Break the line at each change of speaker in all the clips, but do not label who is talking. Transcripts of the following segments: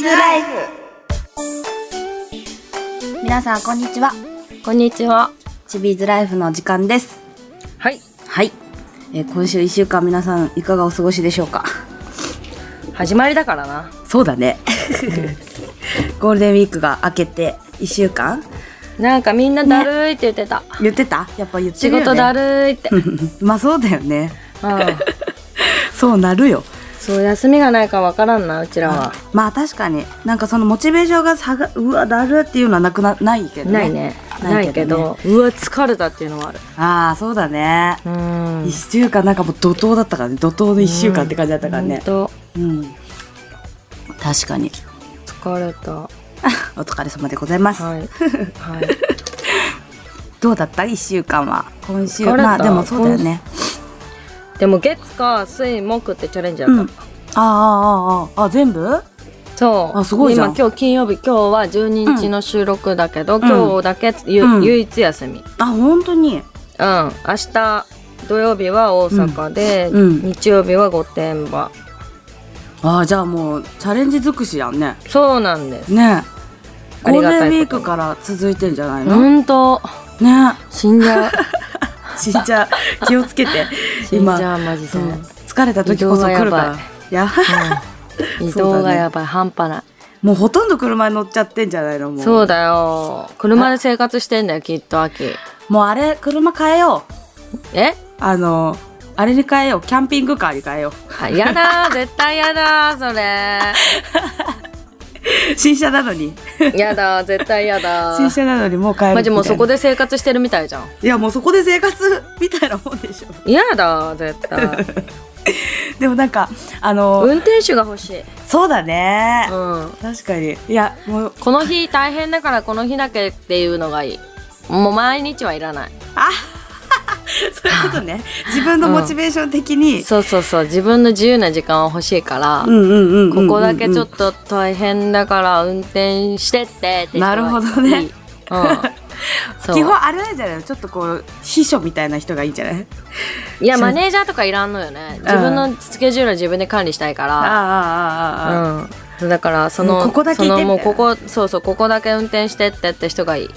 ズライフ
皆さんこんにちは
こんにちは。
チビーズライフの時間です
はい。
はい、えー今週1週間皆さんいかがお過ごしでしょうか
始まりだからな。
そうだね ゴールデンウィークが明けて1週間
なんかみんなだるいって言ってた。
言ってたやっぱ言って
仕
るよ、ね、
事だるいって。うん。
まあそうだよねそうなるよ
そう、休みがないからわからんな、うちらは。
まあ確かになんかそのモチベーションが下がうわだるっていうのはなくなないけどね
ないね。ないけ
ね
ど、うわ、疲れたっていうのはある。
ああそうだね
うん
一週間なんかもう怒涛だったからね怒涛の一週間って感じだったからね
ほんと
うん確かに
疲れ た。は
お疲れ様でございます、
い。はい。
どうだった一週間は今週
疲れた
まあでもそうだよね
でも月火水木ってチャレンジだ
う
っ
ん
た、
ああああああ全部
そう
あすごいじゃん
今今日金曜日今日は12日の収録だけど、
ん
今日だけゆ、
うん
唯一休みうん
あ本当に
明日土曜日は大阪で、
うんうん
日曜日は御殿場
ああじゃあもうチャレンジ尽くしやんね
そうなんです
ね
あ
ゴール
りが
デ
たいことに
ンウィークから続いてんじゃないの、
本当
ね
死んじ ゃう
死んじゃ う気をつけて
死ん
今
じゃうマジで、
そう疲れた時こそ来るから
移動がやばい
いや
うん移
そうだ
動が
ね
やばい、半端ない
もうほとんど車に乗っちゃってんじゃないのもう
そうだよ車で生活してんだよきっと秋
もうあれ車変えよう
え
あのあれに変えようキャンピングカーに変えよ
あやだー絶対やだーそれ
う 新車なのに
やだー絶対やだー
新車なのにもう変える
マジもうそこ
で
で生活してるみたいじゃん
いやもうそこで生活みたいなもんでしょ
嫌だ絶対
でもなんかあの、
運転手が欲しい、
そうだね、
うん、
確かにいやもう
この日大変だからこの日だけっていうのがいいもう毎日はいらない
あ そういうことね自分のモチベーション的に、
そうそうそう自分の自由な時間は欲しいから、
んうんうんうんうんうん
ここだけちょっと大変だから運転してってって人がいい
なるほどね
うん、 そう
基本あれなんじゃないのちょっとこう秘書みたいな人がいいんじゃない
いやマネージャーとかいらんのよね自分のスケジュールは自分で管理したいから
ああああああ
うん、だからその
もうここだけ行
そ
って
のもう
みたい
こ
な
こそうそうここだけ運転してってって人がいい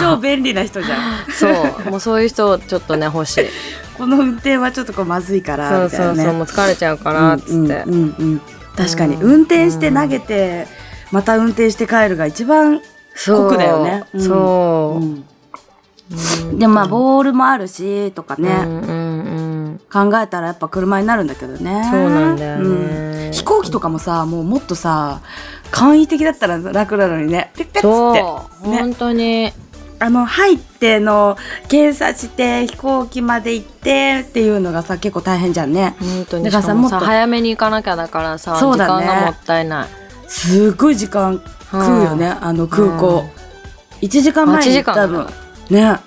超便利な人じ ゃん
そうもうそういう人をちょっとね欲し い
この運転はちょっとこうまずいから
そう
みたい
そ
な
う
ね
そうもう疲れちゃうからっつって、
うんうんうんうん確かに
うん
運転して投げてまた運転して帰るが一番
そう
酷だよねうん
そう、
うんでもまあボールもあるしとかね、
うんうんうん
考えたらやっぱ車になるんだけどね
そうなんだよね
うん飛行機とかもさもうもっとさ簡易的だったら楽なのにねピッピッつって
そう、
ね
本当に
あの入っての検査して飛行機まで行ってっていうのがさ結構大変じゃんね
本当に
だからさ
しかもさ
もっと
早めに行かなきゃだからさ、
そう
時
だね
間がもったいない
すごい時間食うよね、あの空港、1時間前に行ったの
8
ね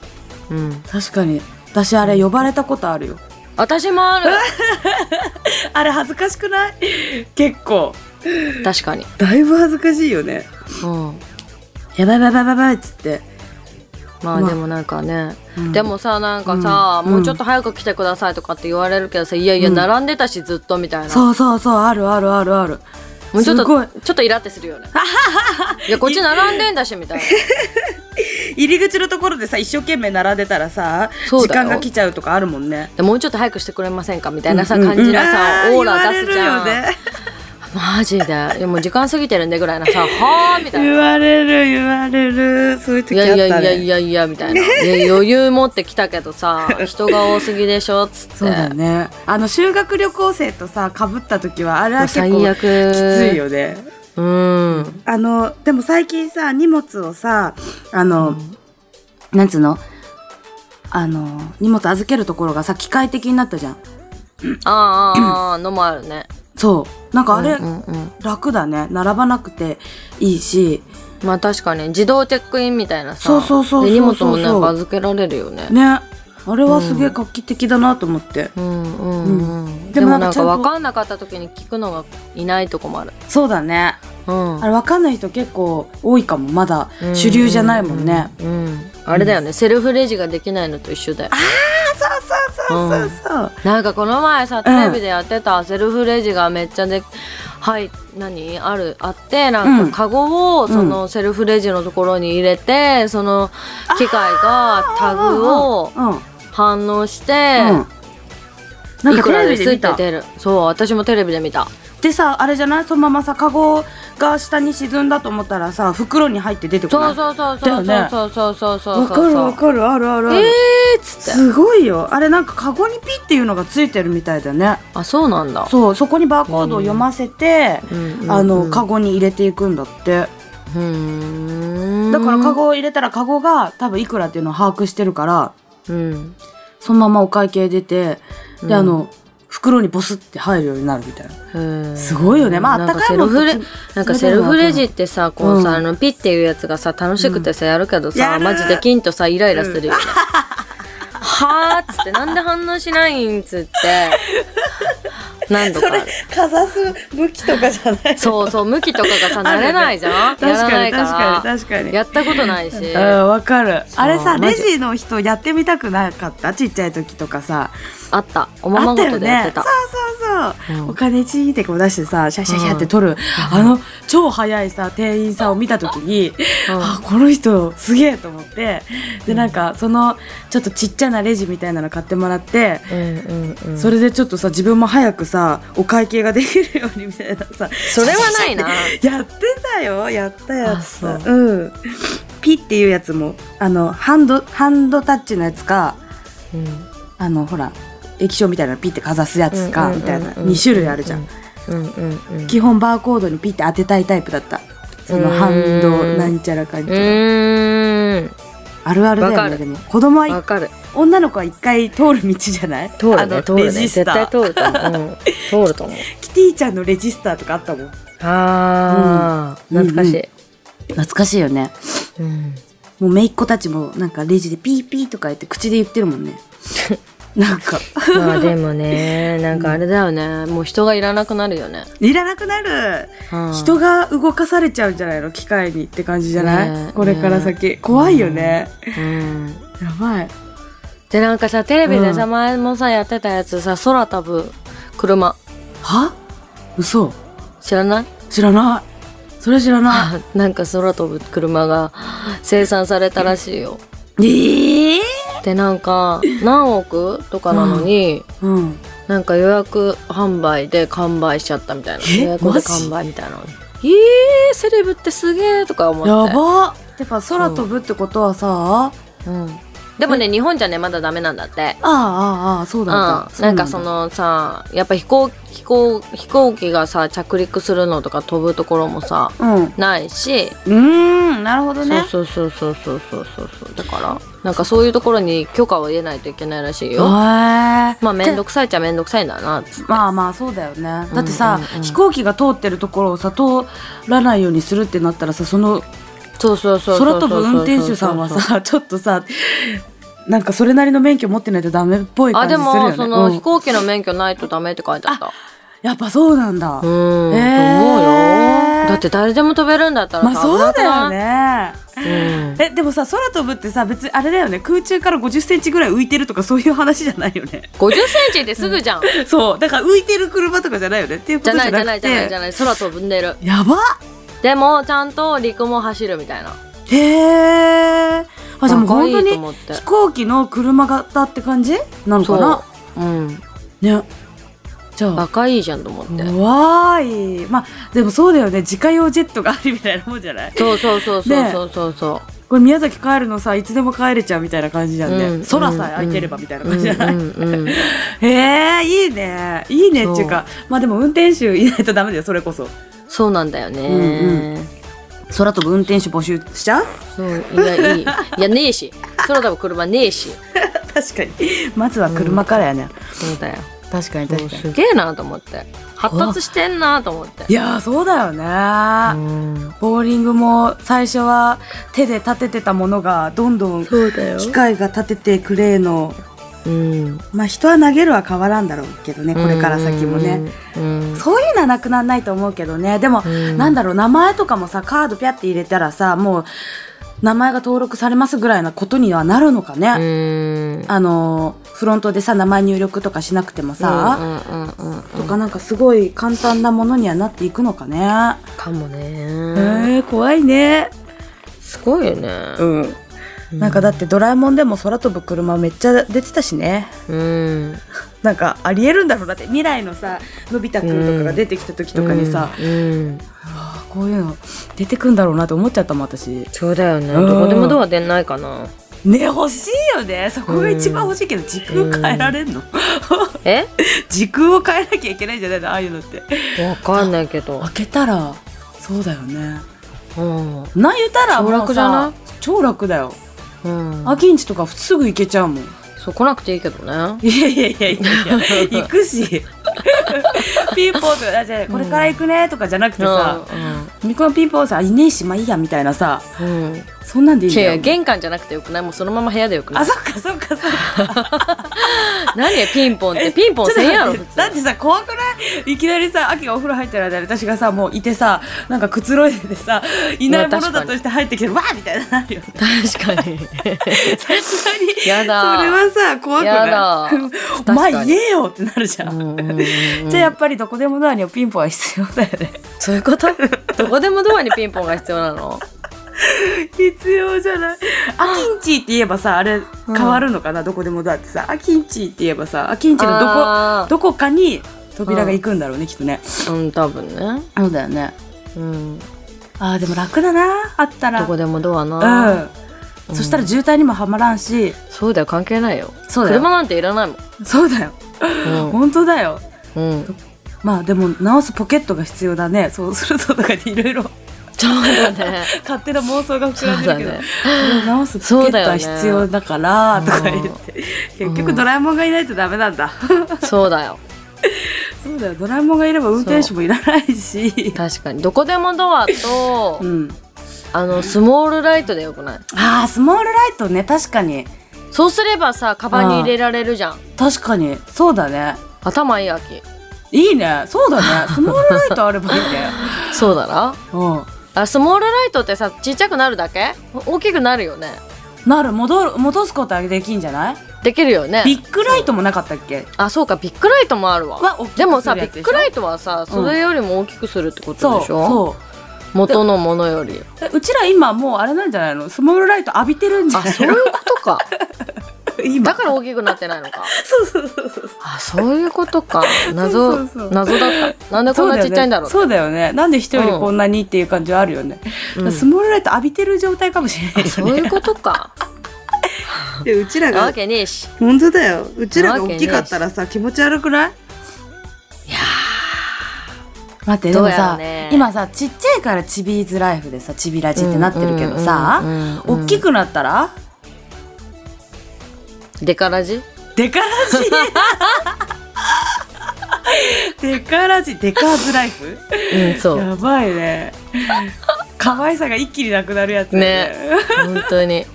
うん
確かに私あれ呼ばれたことあるよ
私もある
あれ恥ずかしくない結構
確かに
だいぶ恥ずかしいよね
うん
やばいやばいやばいやばいっつって、
まあ
まあ
でもなんかね、
うん
でもさなんかさ、
うん
もうちょっと早く来てくださいとかって言われるけどさいやいや
うん
並んでたしずっとみたいな、
そうそうそうあるあるあるある
もうちょっ
すごい
とちょっとイラってするよ ねいやこっち並んでんだしみたいな
入り口のところでさ一生懸命並んでたらさ
そう
時
だよ
間が来ちゃうとかあるもんね
でもうちょっと早くしてくれませんかみたいなさ
うんうん
感じのさ、
うん
オーラ出すじゃん、
言われるよね
マジで いやもう時間過ぎてるんでぐらいなさはあみたい
言
な。
われる言われるそういう
い
時あっ
や
たね
いやいやいやいやみたいな。いや余裕持ってきたけどさ、人が多すぎでしょっつっ て。
そうだよねあの修学旅行生とさかぶった時はあれは結
最
構
悪。
きつい。よね
うん。
あのでも最近さ荷物をさあの、なんつうのあの荷物預けるところがさ機械的になったじゃん
ああああのもあるね。
そうなんかあれ、
うんうんうん
楽だね並ばなくていいし
まあ確かに自動チェックインみたいなさ
そうそうそうそうそう
で荷物もなんか預けられるよね
ねあれはすげえ画期的だなと思って、
うんうん、うん、
で
で
も
も
な
なん
か
ん
ちゃ
か
んと
分かんなかった時に聞くのがいないとこもある
そうだね
うん
あれ分かんない人結構多いかもまだ主流じゃないもんね、
うんうんうんあれだよね、セルフレジができないのと一緒だよ
そうそうそうそうそう、
なんかこの前さテレビでやってたセルフレジがめっちゃで、はい何あるあってなん
うん
かカゴを
ん
そのセルフレジのところに入れて、その機械がタグを
うん。うん。
反応して、
なん
い
か
く
テ
ら
レ
で
ビ
す
で
っ
見
て
た。
出るそう私もテレビで見た
でさ、あれじゃないそのままさ、カゴが下に沈んだと思ったらさ、袋に入って出てこな
そ。
いう
そうそう
だ
そ
よ
う
ね
そうそうそうそう
わかるわかる、あるあるある。
えーっつって
すごいよ。あれなんかカゴにピっていうのがついてるみたいだね。
あそうなんだ
そう、そこにバーコードを読ませて、
うんうん
あ
う
の、
ん
カゴに入れていくんだって。
うーん
だからカゴを入れたらカゴが多分いくらっていうのを把握してるから、
うん
そのままお会計出て、
う
で、
ん
あの、袋にボスって入るようになるみたいな。
へー
すごいよねまあ
なん
あったかいもん
セルフレ
と
なんかセルフレジってさこうさ、
うん
あのピッていうやつがさ楽しくてさやるけどさ、
やる
マジでキンとさイライラするよね、 はあっつってなんで反応しないんっつって何度かある
かざす武器とかじゃない
そうそう向きとかがさ
あ
慣
るよね
れないじゃん、や
確
ら
か
な
に
いから
確かに確かに
やったことないし、
うんわかる
そう
あれさ
マ
レ
ジ
ジの人やってみたくなかったちっちゃい時とかさ
あったおま
あ
ま
った
ご
よ
とでやっ
ね
て
そ
た
うそうそう
うん
お金チーってこう出してさシャシャシャって
うん
取るあの超早いさ店員さんを見た時に
うん
あこの人すげえと思ってでなんかそのちょっとちっちゃなレジみたいなの買ってもらって
うんうんうん
それでちょっとさ自分も早くさお会計ができるようにみたいなさ
それはないな
やってたよやったや
あ
っ
そ
た
う
うんピっていうやつもあのハンドハンドタッチのやつか
うん
あのほら液晶みたいなのピってかざすやつか
うん
みたいな
うんうんうん
2種類あるじゃん
うんうんうん
基本バーコードにピって当てたいタイプだったそのハンド
うん
なんちゃらかんち
う
ゃら
ーん
あるあるだよ
わか
ね
る
でも子供は
わ
い
かる
女の子は一回通る道じゃない
通
あ
る
の
ね通る
レ
ね
ジス
絶
タ
対
ー
通ると 思う、うん、通ると思う
キティちゃんのレジスターとかあったもん
あー、
うん
懐かしい、
懐かしいよね
うん
もう姪っ子たちもなんかレジでピーピーとか言って口で言ってるもん ねなんか
まあでも ねなんかあれだよねもう人がいらなくなるよね、
いらなくなる
うん
人が動かされちゃうんじゃないの機械にって感じじゃない、
ねえ
これから先、怖いよね、
うん
やばい
でなんかさテレビでさ、
う
前もさやってたやつさ空飛ぶ車
は嘘
知らない
知らないそれ知らな
なんか空飛ぶ車 が生産されたらしいよ
い ええ
でなんか何億とかなのに、
うん
なんか予約販売で完売しちゃったみたいな
え
予約
マ
で
ジ
完売みたいなえー、セレブってすげえとか思って
やばやっぱ空飛ぶってことはさ、あ
うん、でもね日本じゃねまだダメなんだって
ああああそう
うん、
なんだ、う
なんかそのさやっぱ飛行飛行飛行機がさ着陸するのとか飛ぶところもさ
うんう
ないし、
ーんなるほどね
そうそうそうそうそうそうそうだからなんかそういうところに許可を得ないといけないらしい
へえ
よまあ
め
め
ん
んどくさいっちゃめんどくさいんだなっつって
まあまあそうだよねだってさ、
うんうんうん
飛行機が通ってるところをさ通らないようにするってなったらさその
そうそうそうそう
空飛ぶ運転手さんはさちょっとさなんかそれなりの免許持ってないとダメっぽい
あ
感じ
です
るよ
も
ね。
その、
うん
飛行機の免許ないとダメって書いてあった
やっぱそうなんだ。
うーん、
えー
と思うよだって誰でも飛べるんだったら
まあ
さ
そうだよ
ね
ね。
うん、
えでもさ空飛ぶってさ別にあれだよね空中から50センチぐらい浮いてるとかそういう話じゃないよ ね。
50センチですぐじゃん、
そうだから浮いてる車とかじゃないよねっていうこ
じ
と
ゃ
じゃ
ないじゃな
ないく
じゃないじゃ
て。
ない空飛んでる
やばっ
でもちゃんと陸も走るみたいな
へえ。あじゃあもう
かっこ
本
いい
当
と思
に
って
飛行機の車型って感じなのかな
う、うん、
ね。じゃあ
バカいいじゃんと思って、
怖いまあでもそうだよね自家用ジェットがあるみたいなもんじゃない
そうそうそうそう
ね
そうそうそ
これ宮崎帰るのさいつでも帰れちゃうみたいな感じじゃんね、
うん
空さえ空いてればみたいな
う、う
感
ん
じじゃない、
うんうん、
へえいいねいいねっていうかまあでも運転手いないとダメだよそれこそ
そうなんだよね、
うん空飛ぶ運転手募集しちゃう
そういやいいいやねえし空飛ぶ車ねえし
確かに まずは車からやね、
そうだよ
確かに
もうすげえなと思って発達してんなと思って
いやーそうだよね、
うん
ボーリングも最初は手で立ててたものがどんどん
そうだよ
機械が立ててくれの
うん
まあ人は投げるは変わらんだろうけどねこれから先もね。
うん
そういうのはなくならないと思うけどねでも、
うん
なんだろう名前とかもさカードピャって入れたらさもう名前が登録されますぐらいなことにはなるのか
う
ね、
んうん
あのフロントでさ名前入力とかしなくてもさ、
うんうんうんうん
とかなんかすごい簡単なものにはなっていくのかね。
かもね、
え怖いね。
すごいよね、
うん。なんかだってドラえもんでも空飛ぶ車めっちゃ出てたしね。
うん
なんかありえるんだろうだって未来のさのび太くんとかが出てきた時とかにさ、
うんうん
あこういうの出てくんだろうなって思っちゃったもん私
そうだよね
うん
どこでもドア出ないかな
ね欲しいよねそこが一番欲しいけど時空変えられんの、
え
時空を変えなきゃいけないんじゃないのああいうのって
わかんないけど
開けたらそうだよね
うん
なん言ったら
超楽じゃない
もうさ超楽だよ
うん
秋んちとかすぐ行けちゃうもん
そう来なくていいけどね
いやいやいやいやいや行くし ピーポーとかあじゃあこれから行くねとかじゃなくてさ、ミコのピーポーさいねえしまあいいやみたいなさ
うんうん
そんなんでいいん
いやい
だ
や
よ
玄関じゃなくてよくないもうそのまま部屋でよくな
あ
い
そっかそっかそっか
何やピンポンってピンポン
ちょっと
せんやろ
待ってだってさ怖くないいきなりさ秋がお風呂入ってる間に私がさもういてさなんかくつろいでてさいないものだとして入ってきてわーみたいななるよね
確かに
さすがに
やだ
それはさ怖く
や
な
だ
いお前
確かに
言えよってなるじゃ、
うんんうんうんうん
じゃあやっぱりどこでもドアにはピンポンは必要だよね
そういうことどこでもドアにピンポンが必要なの
必要じゃないアキンチって言えばさあれ変わるのかな、どこでもドアってさアキンチって言えばさアキンチのどこ
あ
どこかに扉が行くんだろうね、きっとね
ーうん多分ね
そうだよね
うんど
あーでも楽だなあったら
こでもドアな
う
うんん
そしたら渋滞にもはまらんし
そうだよ関係ないよ
そうだよ
車なんていらないもん
そうだよ本当だよ
うん、うん、
まあでも直すポケットが必要だねそうするととかでいろい ろ
そうだね
勝手な妄想が膨らんでるけど、
そうだね
これを直すポケットは必要だから
そ
と
う
か
だよ
言
ね
って、
うん
結局ドラえもんがいないとダメなんだ
そうだよ
そうだよドラえもんがいれば運転手もいらないし
確かにどこでもドアと、
うん
あのスモールライトでよくない
あースモールライトね確かに
そうすればさカバンに入れられるじゃん
確かにそうだね
頭いい秋
いいねそうだ ねスモールライトあればいいね
そうだな
うん
あスモールライトってさちっちゃくなるだけ大きくなるよね
なる戻る戻すことはできんじゃない
できるよね
ビッグライトもなかったっけ
あそうかビッグライトもあるわ
は大きく
でもさ
する
ビ
やつでし
ッ
ょ
グライトはさそれよりも大きくするってこと
そう
でしょ、
そう
元のものより
えうちら今もうあれなんじゃないのスモールライト浴びてるんじゃ
あ
ない
そういうこと か
今
だから大きくなってないのか
そうそうそうそう
あそういうことか謎
そうそうそう
謎だったなんでこんなちっちゃいんだろう
そうだよねそうだよねなんで人よりこんなにっていう感じはあるよね、
うん
スモールライト浴びてる状態かもしれないよね
そういうことか
いやうちら
なわけねえし
本当だよう
なわけねえし
らさ気持ち悪くない
いや
待ってで
ーどう
も
やろ
さ、
うね
今さちっちゃいからチビーズライフでさチビラジってなってるけどさ、
うんうんうんうん
大きくなったら
デカラジ
デカラ ジデカラジデカーズライフ
うんそう
やばいね可愛さが一気になくなるやつだよね
本当に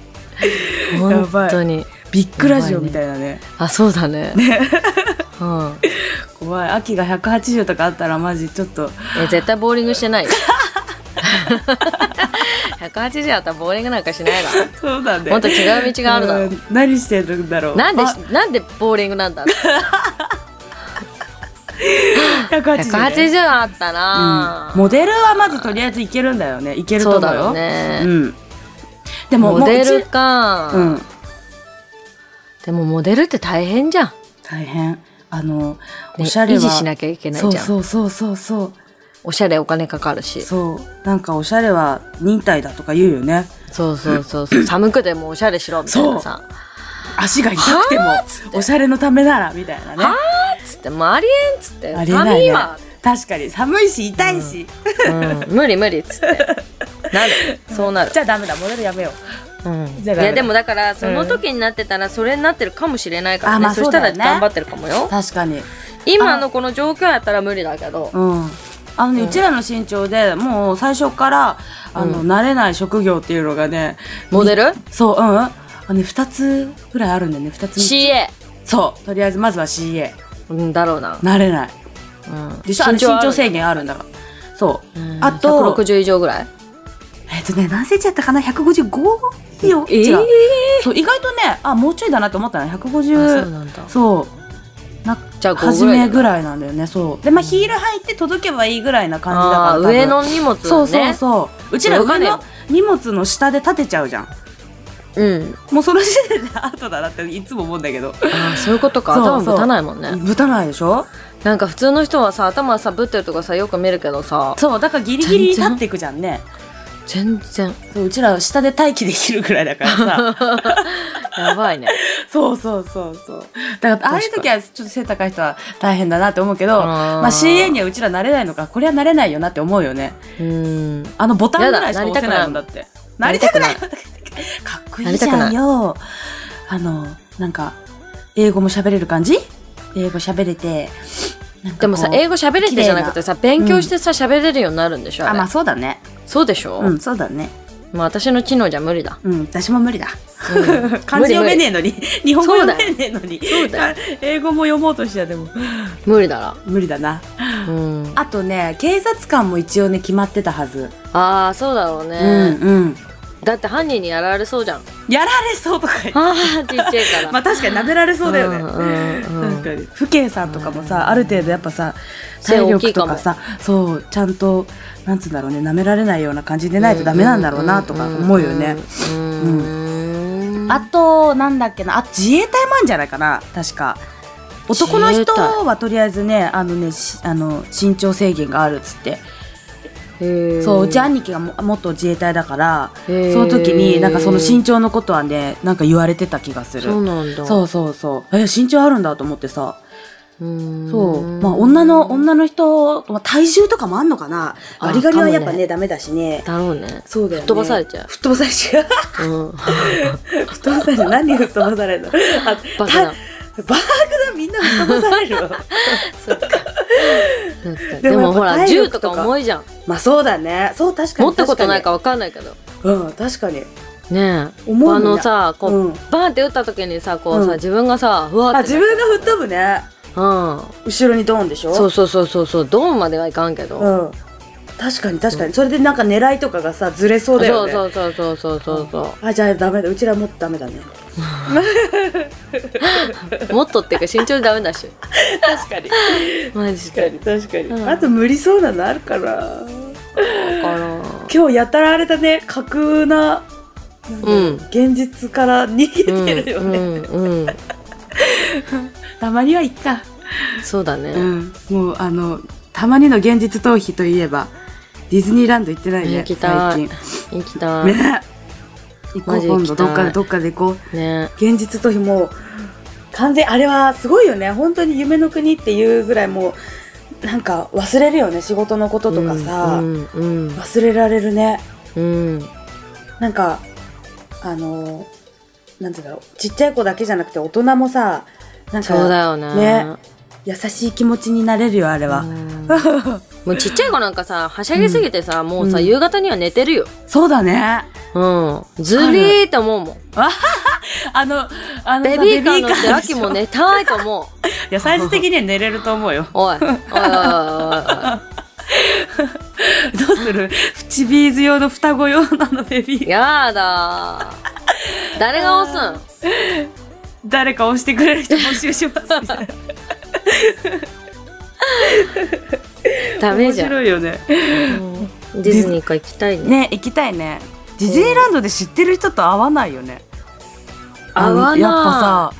ばい
本当に
ビッグラジオみたいなね
あそうだねうん
怖い秋が180とかあったらマジちょっと
え絶対ボーリングしてないよ180あったらボーリングなんかしないわ
そうだね
もっと違う道があるだろ
うん何してるんだろう
なんで
ま
なんでボーリングなんだ
180ね
180あった
うん
ら、
モデルはまずとりあえずいけるんだよねいけると思うよ
そうだよね
うんでも
モデ
もうう
ル
ち
か、
うん
でもモデルって大変じゃん、ね
大変あのおしゃれ
維
は
持しなきゃいけないじゃん
そうそうそうそう
おしゃれお金かかるし
そうそうなんかおしゃれは忍耐だとか言うよね
そうそうそうそう寒くてもおしゃれしろみたいなさ
足が痛くてもおしゃれのためならみたいなね
つってもうありえんっつって
ありえない
寒い
ね
わ、
確かに寒いし痛いし、
うん、無理無理っつってなるそうなる
じゃあダメだモデルやめよう
うん、い
じゃあダメだ
やでもだからその時になってたらそれになってるかもしれないから
あ
ね、
まあ
そし
そ
た
うだ
ら
よね
頑張ってるかもよ
確かに
今のこの状況やったら無理だけど
うんあのね、うちらの身長でもう最初からあの、慣れない職業っていうのがね
モデル
そううんあのね2つぐらいあるんだよね2つ
CA
そうとりあえずまずは CA
うんだろうな、
慣れない
うん、
でしょあれ身長制限あるんだからそう、
うん
あと
160以上ぐらい
えっとね何センチやったかな155よ、
え
違う
え
そう意外とねあもうちょいだなと思ったの
あそう
150
なんだ
そう
じゃあ
初
5ぐら
め
いだ
ぐらいなんだよねそうでまあヒール履いて届けばいいぐらいな感じだか
あ
ら多
ー
分
上の荷物ね
そうそうそううちら
わか
上
んない
の荷物の下で立てちゃうじゃん
うん
もうその時点でアートだなっていつも思うんだけど
あーそういうことか
そうそう
頭ぶたないもんね
ぶたないでしょ
なんか普通の人はさ頭さぶってるとかさよく見るけどさ
そうだからギリギリに
全
立
然
っていくじゃんね
全然
そううちら下で待機できるぐらいだからさ
やばいね
そうそうそうそうだからああいう時はちょっと背高い人は大変だなって思うけど
あー
まあ CA にはうちら慣れないのかこれは慣れないよなって思うよね
うん
あのボタンぐらいしか押せないもんだってな
な
り
り
た
た
く
く
な
ないい
かっこいいじゃんよあのなんか英語も喋れる感じ英語喋れてなんかこう
でもさ英語喋れてじゃなくてさ勉強してさ喋れるようになるんでしょ、あ
あ
れ
まあそうだね
そうでしょ、
うんそうだね
まあ私の知能じゃ無理だ、
うん私も無理だ
うん
漢字読めね
え
えのに日本語読めねえのに
そうだよ
英語も読もうとしてはでも
無理だ
無理だな
な、うん、
あとね警察官も一応ね決まってたはず、
ああそうだろうね、
うんうん
だって犯人にやられそうじゃん
やられそうとか言って
ああ ちっちゃいから
まあ確かに舐められそうだよね、
うんう
な
ん
んか父兄さんとかもさある程度やっぱさ
背
体
大き
力
いか
と
も
かさそうちゃんとなんつうんだろうね舐められないような感じでないとダメなんだろうなとか思うよね。
うん
うあとなんだっけなあ自衛隊もあるんじゃないかな確か男の
自衛
人
隊
はとりあえずねあのねしあの身長制限があるっつって
へー
そううち兄貴がも元自衛隊だからそ
へー
の時になんかその身長のことはねなんか言われてた気がする
そうなんだ
そうそうそうえ身長あるんだと思ってさ
うん
そう。まあ、女の、女の人、まあ、体重とかもあんのかなガリガリはやっぱね、ダメだしね。
だろうね
そうだよね。
吹っ飛ばされちゃう
吹っ飛ばされちゃう。
うん
吹っ飛ばされる。何吹っ飛ばされるのあた
バカな
バーグだ、みんな吹っ飛ばされる わ
そっかそっか
で
で
もやっぱ
もほら
体
銃
力
と
と
か
か
重いじゃん
まあ、そうだね。そう、確かに。
持ったことない
確
か分かんないけど
かに。うん、確かに。
ねえ
思う
あ
もんね
のさこう、
うん
バーンって打った時にさこう
う
さ、
ん
自分がさうわ
あ、
ーっ
自
て
分が吹っ飛ぶね。
うん
後ろにドーンでしょ
そうそうそうそうそうドーンまではいかんけど、
うん。確かに、確かに。それでなんか狙いとかがさ、ずれそうだよね。
そうそうそうそうそうそ
あ、じゃあダメだ。うちらもっとダメだね。
うもっとっていうか身長ダメ だし
確かに。
マジ
確か
で
に、確かに。
うん
あと、無理そうなのあるかな。
だから
今日やたらあれだね架空な
うん
現実から逃
うん
げてるよね、
うんうん
たまにはいっか、
そうだね、
うん、もうあのたまにの現実逃避といえばディズニーランド行ってないね
行きた
最
い
近
行きたいね
ね行こう
マジ行
今
き
度
たい
どっかでどっかで行こう現実逃避もう完全あれはすごいよね本当に夢の国っていうぐらいもうなんか忘れるよね仕事のこととかさ、
うんうん
忘れられるね
うん
なんかあのなんて言うんだろうちっちゃい子だけじゃなくて大人もさなん
そうだ
か
よね
ね優しい気持ちになれるよあれは、
うんもうちっちゃい子なんかさはしゃぎすぎてさ、もうさ、
うん
夕方には寝てるよ
そうだね
うんずりーって思うもん
あのあの
ベビーカー乗
ベビーカー
ってラ
で
ッ
し
キ
ょ
ーも寝たいと思う
いやサイズ的には寝れると思う よ
おいおいおいおいお
どうするフチビーズ用の双子用なのベビ
い
ー
やだー誰が押すん
誰か押してくれる人募集し ますみたいな
ダメ
面
じゃん
白いよね
うんディズニーか行きたいね
ね行きたいねディズニーランドで知ってる人と会わないよね
合わない
やっぱさ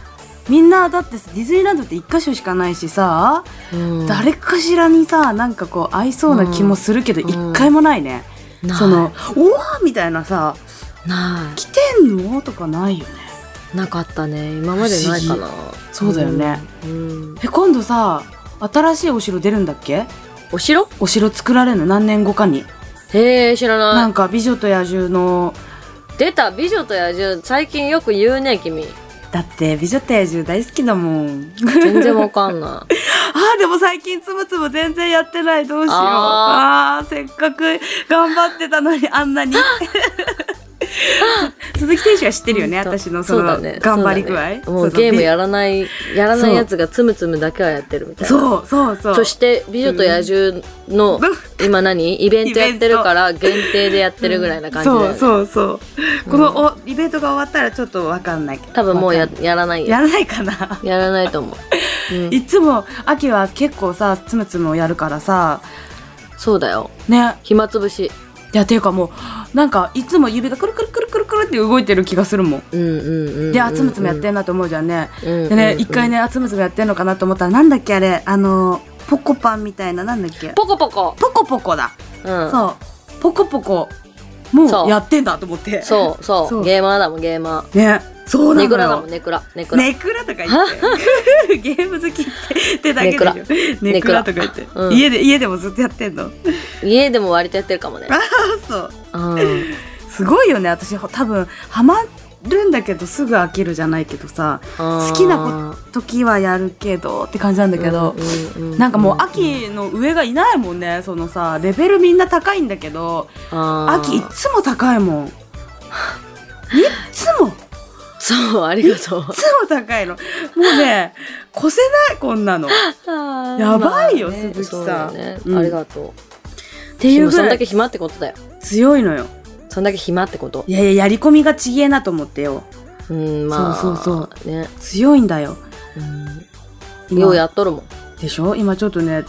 みんなだってさディズニーランドって一箇所しかないしさ、
うん
誰かしらにさなんかこう合いそうな気もするけど
うん
一、回もないね、
ない
その「おわ!」みたいなさ「
な
来てんの?」とかないよね
いなかったね今までないか
不
な
そうだよね、
うんうん
え今度さ新しいお城出るんだっけ
お城
お城作られるの何年後かに、
へえ知ら
な
なん
か「美女と野獣の
い出た美女と野獣最近よく言うね君」
だって「美女と野獣」大好きだもん
全然わかんない
あーでも最近つぶつぶ全然やってないどうしようあ
あ
あ ーせっかく頑張ってたのにあんなに鈴木選手は知ってるよね
ほんと
私の
そ
そう
だ
の
ね
頑張り具合
そうだねもうゲームやらないやらないやつがつむつむだけはやってるみたいな
そうそうそう
そして「美女と野獣」の今何イベントやってるから限定でやってるぐらいな感じだよ
そ
ね
うそうそう、このおイベントが終わったらちょっとわかんないけど
多分もう
わ
や
かん
やらない
ない
よ
やらないかな
やらないと思う、うん
いつも秋は結構さつむつむをやるからさ
そうだよ
ね
暇つぶし
いやていうかもうなんかいつも指がくるくるくるくるくるって動いてる気がするもん
うんうんうんうん
であつむつむやってんなと思うじゃんね、
うん
で
うん
ね
うん
一回ねあつむつむやってんのかなと思ったらなんだっけあれあのポコパンみたいななんだっけ
ポコポコ、
ポコポコだ、
うん、そう
そうポコポコ
そ
も
う
うやってんだと思って
そう
そう
ゲーマーだもんゲーマ
ねそう
ー
な
ネク
の
ラだも
よ
んネクラネクラ、
ネクラとか言って ゲーム好きってってだけでしょ
ネ
ネ
ク
ク
ラ
ラとか言って、
うん
家で家でもずっとやってんの
家でも割とやってるかもね
そう
うん
すごいよね私多分ハマるんだけどすぐ飽きるじゃないけどさ好きなこ時はやるけどって感じなんだけど、
うんうう
なんかもう秋の上がいないもんねそのさレベルみんな高いんだけど
あー
秋いつも高い もんいっつもいっ
そうありが とう
つも高いのもうね越せないこんなのやばいよ
まあね
鈴木さん
そうだよね
うん
ありがとう
っていう
でも
ぐ
そん
ら
だ
い
け暇ってことだよ
強いのよ
そんだけ暇ってこと
いやいややり込みがちげえなと思ってよ
うんまあ
そうそう
そうね
強いんだよ
うんようやっとるもん
でしょ今ちょっとね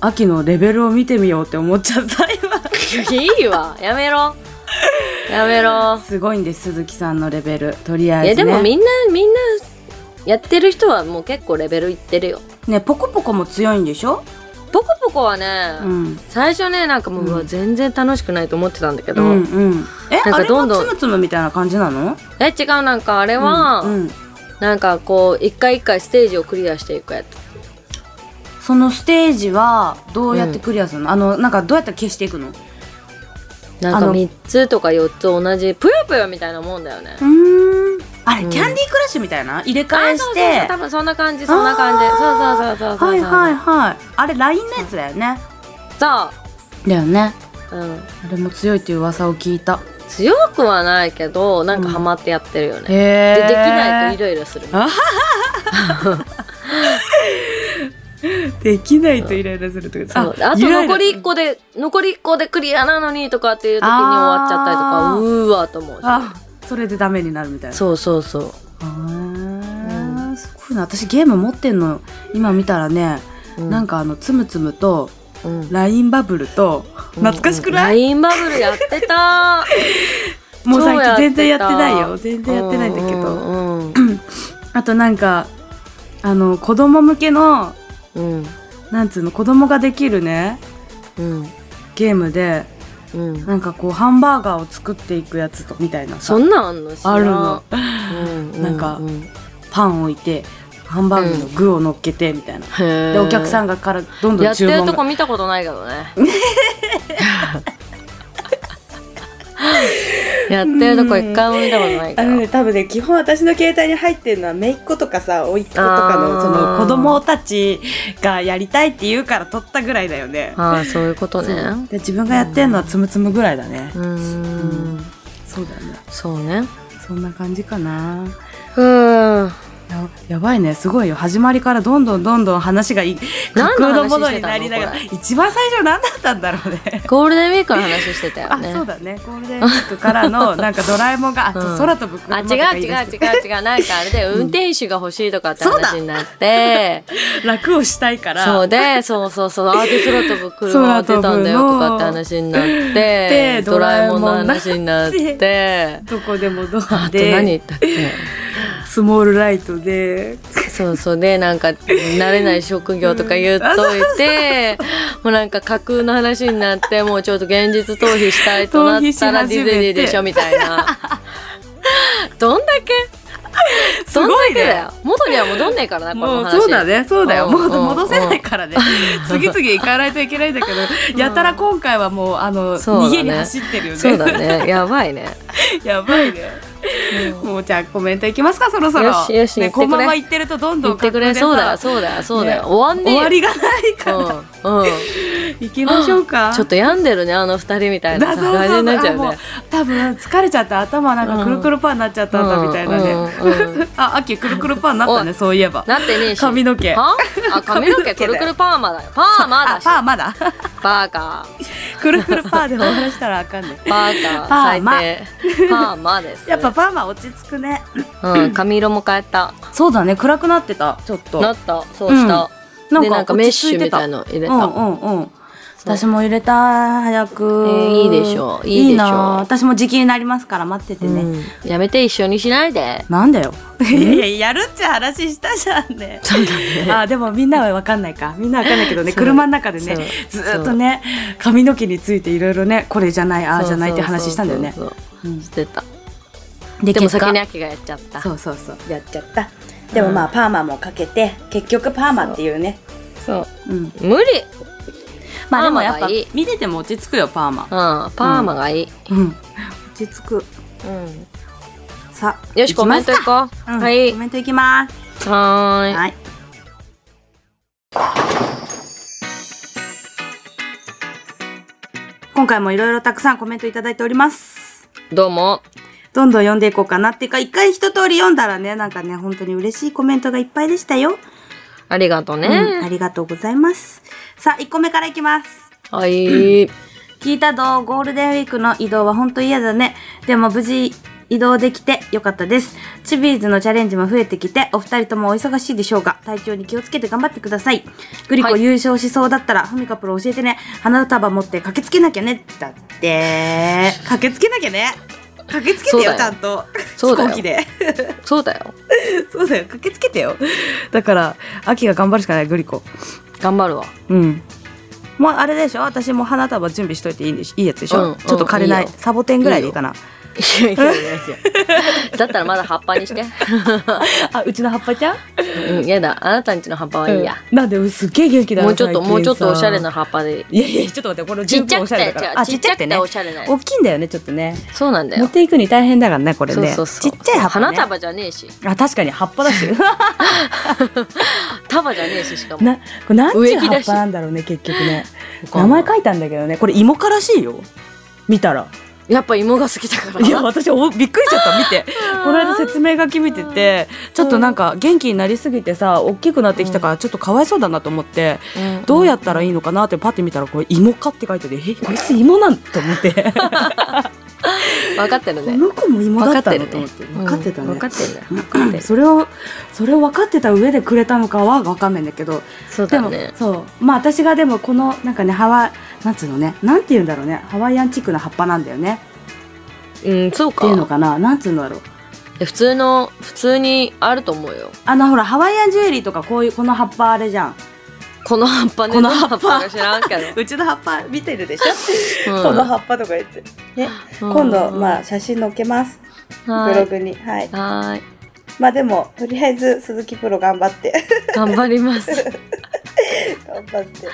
秋のレベルを見てみようって思っちゃった 今
いいわやめろやめろ
すごいんです鈴木さんのレベルとりあ
いや
えず
でも
ね
みんなみんなやってる人はもう結構レベルいってるよ
ねポコポコも強いんでしょ
ポコポコはね、
うん
最初ねなんかも
う
う,、
ん
うわ全然楽しくないと思ってたんだけ
う
ど、
んうんえ
なん
あ
か
れ
ど
も
んどん
つむつむみたいな感じなの
え違うなんかあれは、
うんうん
なんかこう一回一回ステージをクリアしていくやつ
そのステージはどうやってクリアするのあのなんかどうやって消していくの
なんか
あの
3つとか4つ同じぷよぷよみたいなもんだよね
うんあれ
うん
キャンディークラッシュみたいな入れ替
あ
え
そ
し
うそうそう
て
多分そんな感じそんな感じそうそうそうそうそう
はいはい
い
はいあれ LINE のやつだよねだよね
そう、うん、
あれも強いっていう噂を聞いた
強くはないけどなんかハマってやってるよね、
へ
でできないとイ
と
ライラする
できないとイライラするってこと
そうあと残り1個で残り1個でクリアなのにとかっていう時に終わっちゃったりとか
あー
うーわと思うし
あそれでダメになるみたいな
そうそうそう
あーすごいな私ゲーム持ってんの今見たらね、
うん
なんかあのつむつむと
うん
LINE バブルと懐かしくない、
うんうん ?LINE バブルやってた
もう最近全然やって
超
ない
た
よ 全然やってないんだけど、
うんうんうん
あとなんかあの子供向けの
うん
なんつうの子供ができるね
うん
ゲームで
うん
なんかこうハンバーガーを作っていくやつとみたいなさ
そんなんあんの知らん
あるの
うんう
なんか
う
パン置いてハンバーグの具を乗っけてみたいな、
へー
でお客さんがからどんどん
やって
注
る
文
とこ
が
見たことない けどねやってるとこ一回も見たことないか
あ
ら、
のね多分ね基本私の携帯に入ってるのは姪っ子とかさ甥っ子とか
あー
のその
子供たちがやりたいって言うから取ったぐらいだよね
ああそういうことね
で自分がやってんのはつむつむぐらいだね、
うーん
そうだね
そうね
そんな感じかな
うーん
ややばいねすごいよ始まりからどんどんどんどん話がい架
何の
空の
話
もの
して
に
た
な
の
り
こ
ながら
れ
一番最初何だったんだろうね
ゴールデンウィークの話してたよ
あ
ね
そうだねゴールデンウィークから のなんかドラえもんが、あちょ空飛ぶ車
あ違
と
う
か言い出
違う
して
違う違うなんかあれで運転手が欲しいとかって
そうだ
話になって
楽をしたいから
そうでそうそ うそうあで空飛ぶ車が出たんだよとかって話になって
で
ドラえもんの
ドラえもんの
話になって
どこでもド
あ
ア
と何言
で
ったっけ
スモールライトで
そうそうでなんか慣れない職業とか言っといて、 もうなんか架空の話になってもうちょっと現実逃避したいとなったら
逃避し始めて
ディズニーでしょみたいなどんだけどんだけだよ元には戻んねえからなこ
も
の
う
話
そうだねそうだよ
うん
もう
うん
戻せない からね次々行かないといけないんだけどやたら今回はもうあの
そうだね
逃げに走ってるよ
そう
ね
だねやばいね
やばいねもうじゃあコメントいきますかそろそろ
よしよし
ね、
言ってく
こ
れ
のまま言ってるとどんど
言
ん
ってくれ
格
そ
好
う
で
だ
さ
そうだそうだよ
ね
終わんね
終
えよ
わりがないから、
うんうん
行きましょうか
ちょっと病んでるねあの二人みたいな
だ
さ
そうそう
感じ
そう
になっちゃ
あ
う
もう
ね
多分疲れちゃって頭なんかくるくるパンになっちゃったんだみたいなね、
うんうんうん
あ秋くるくるパンになったねそういえば
なってねえし
髪の毛
はあ髪の毛
髪の毛だ
く
よ
るくるパーマだよパーマだ
あ
し
パーまだ
バーカ
くるくるパーでお話したらあかんね
ーバー
パ
カ
ーマ
ー最低パーマです
やっぱパーマ落ち着くね
うん髪色も変えた
そうだね暗くなってたちょっと
なったそうした
なん
で
か
なんかメッシュみたいの入れ
うん
た
うんうん
そう
私も入れたい早く、
えーいいでしょういいでしょう
いいな私も時期になりますから待っててね、
うんやめて一緒にしないで
なんだよいやいややるっちゃ話したじゃんね
そうだね
あでもみんなは分かんないかみんな分かんないけどね
そう
車の中でね
そ
ず
う
ーっとね髪の毛についていろいろねこれじゃないああじゃないって話したんだよね
そうそうそう
うん
してた
で
でも
結果
先に秋がやっちゃった
そうそうそう
やっちゃったでもまあパーマもかけて結局パーマっていうね
そう
うん
無理
まあで
パー
も
マ
やっぱ
がいい
見てても落ち着くよパーマ
うんパーマがいい
うん落ち着く
うん
さあ
よし、コメント
い
い
きますか
こう。
うん
はい。
コ
は
メントいきます
ーい。
はい今回もいろいろたくさんコメントいただいております
どうも。
どんどん読んでいこうかなっていうか、一回一通り読んだらね、なんかね、本当に嬉しいコメントがいっぱいでしたよ。
ありがとうね。
うん、ありがとうございます。さあ、1個目からいきます。
はい。
聞いたどゴールデンウィークの移動は本当嫌だね。でも無事移動できてよかったです。チビーズのチャレンジも増えてきて、お二人ともお忙しいでしょうが、体調に気をつけて頑張ってください。グリコ
はい
優勝しそうだったら、ふみかプロ教えてね。花束持って駆けつけなきゃね。だって、駆けつけなきゃね。駆けつけて
そうだ
よ、
よ
ちゃんと。
そうだよ
飛行機で。
そうだよ。
そうだよ、駆けつけてよ。だから、秋が頑張るしかない、グリコ。
頑張るわ。
うん。もうあれでしょ私も花束準備しといていいんでしいいやつでしょ、
うん
ちょっと枯れない
うんいいよ
サボテンぐらいでいいかない
やいやいやいや。だったらまだ葉っぱにして。
あうちの葉っぱちゃん
うん、やだ。あなたんちの葉っぱはいいや。
うんなんですっげえ元気だな
もうちょっ
最
と、
近さ
もうちょっとおしゃれな葉っぱでいい。
いやいやちょっと待ってこれ
ち
十
っちゃ
分お
く
しゃれだ
て
か、
違う
らあち
ち
っ
っ
ち
ち
ゃ
ゃ
くて
く
ね
ておしゃれなや
大きいんだよねちょっとね
つ。そうなんだ
持っ
よ。
ていくに大変だからねこれ
そう
ね
そうそう。
ちっちゃい葉っぱ、ね、
花束じゃねえし。
あ確かに葉っぱだし
束じゃねえし、しかも。
なこれなんちゅう
植木
葉
だ
っ
し
ぱなんだろうね結局ね
か
名
んない
前書いたんだけどねこれ芋からしいよ見たら
やっぱ芋が好きだから。
いや私おびっくりしちゃった見てこの間説明書き見ててちょっとなんか元気になりすぎてさ大きくなってきたからちょっとかわいそうだなと思って、
うん
どうやったらいいのかなってパッて見たらこれ「芋か」って書いてて「えこいつ芋なん?」と思って こ
分かってるね。
の子も芋だ
分
っ
か
た
って
の
る
と
ね
思って。分かってたね、
分かってるね。分かってる。
それをそれを分かってた上でくれたのかは分かんないんだけど
そう
で
だ
も、
ね。
そうまあ私がでもこのなんかねハワなんつうのねなんて言うんだろうねハワイアンチックな葉っぱなんだよね
うん、そう
っていうの
か。
かななんつうんだろう
え普通の、普通にあると思うよ。
あのほらハワイアンジュエリーとかこういうこの葉っぱあれじゃん
この葉っぱね。
この葉っぱ
どか知らんけど。
うちの葉っぱ見てるでし
うん
この葉っぱとか言って、ね、今度
うん
まあ写真載っけます
は
ブロ
ーい。
グにはい
はーい。
まあでもとりあえず鈴木プロ頑張って
頑張ります。
頑張って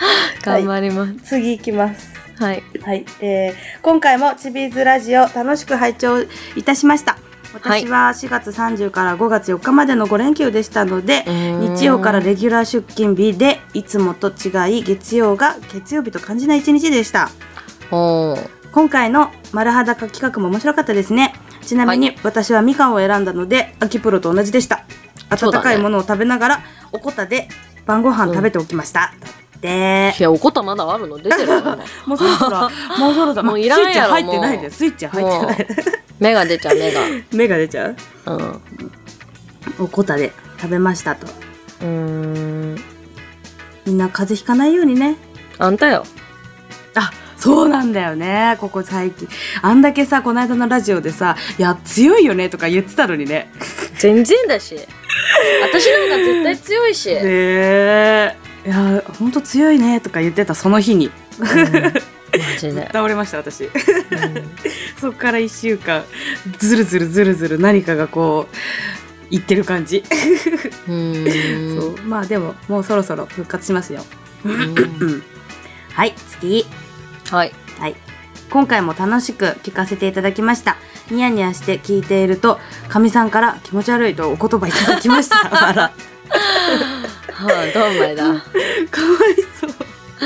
頑張ります。
次行きます
はい。
はい
えー今回もチビーズラジオ楽しく拝聴いたしました私は4月30から5月4日までの5連休でしたので、日曜からレギュラー出勤日でいつもと違い月曜が月曜日と感じない一日でした
おー
今回の丸裸企画も面白かったですねちなみに私はみかんを選んだので秋プロと同じでした
そ
温
うだね
かいものを食べながらおこたで晩ご飯食べておきました、だって
いや、おこたまだあるの出てるよ 今
もうそろそろ、もうそろそろ、
もういらんやろ
スイッチ入ってないで、スイッチ入ってない。
目が出ちゃう、目が。
目が出ちゃう
うん。う
おこたで食べましたと。
ーん。
みんな風邪ひかないようにね。
あんたよ。
あ、そうなんだよね。ここ最近。あんだけさ、この間のラジオでさ、いや、強いよねとか言ってたのにね。
全然だし。私なんか絶対強いし。
ねえ。いや、ほんと強いねとか言ってたその日に。
うんマジで。
倒れました、私。
うん
そっから一週間、ずるずるずるずる何かがこう、言ってる感じ。
うーん。
そう。まあでも、もうそろそろ復活しますよ。
うん
うんはい、次。
はい。
はい。今回も楽しく聞かせていただきました。ニヤニヤして聞いているとかみさんから気持ち悪いとお言葉いただきました笑
はあ、どんまいだ。
かわいそう、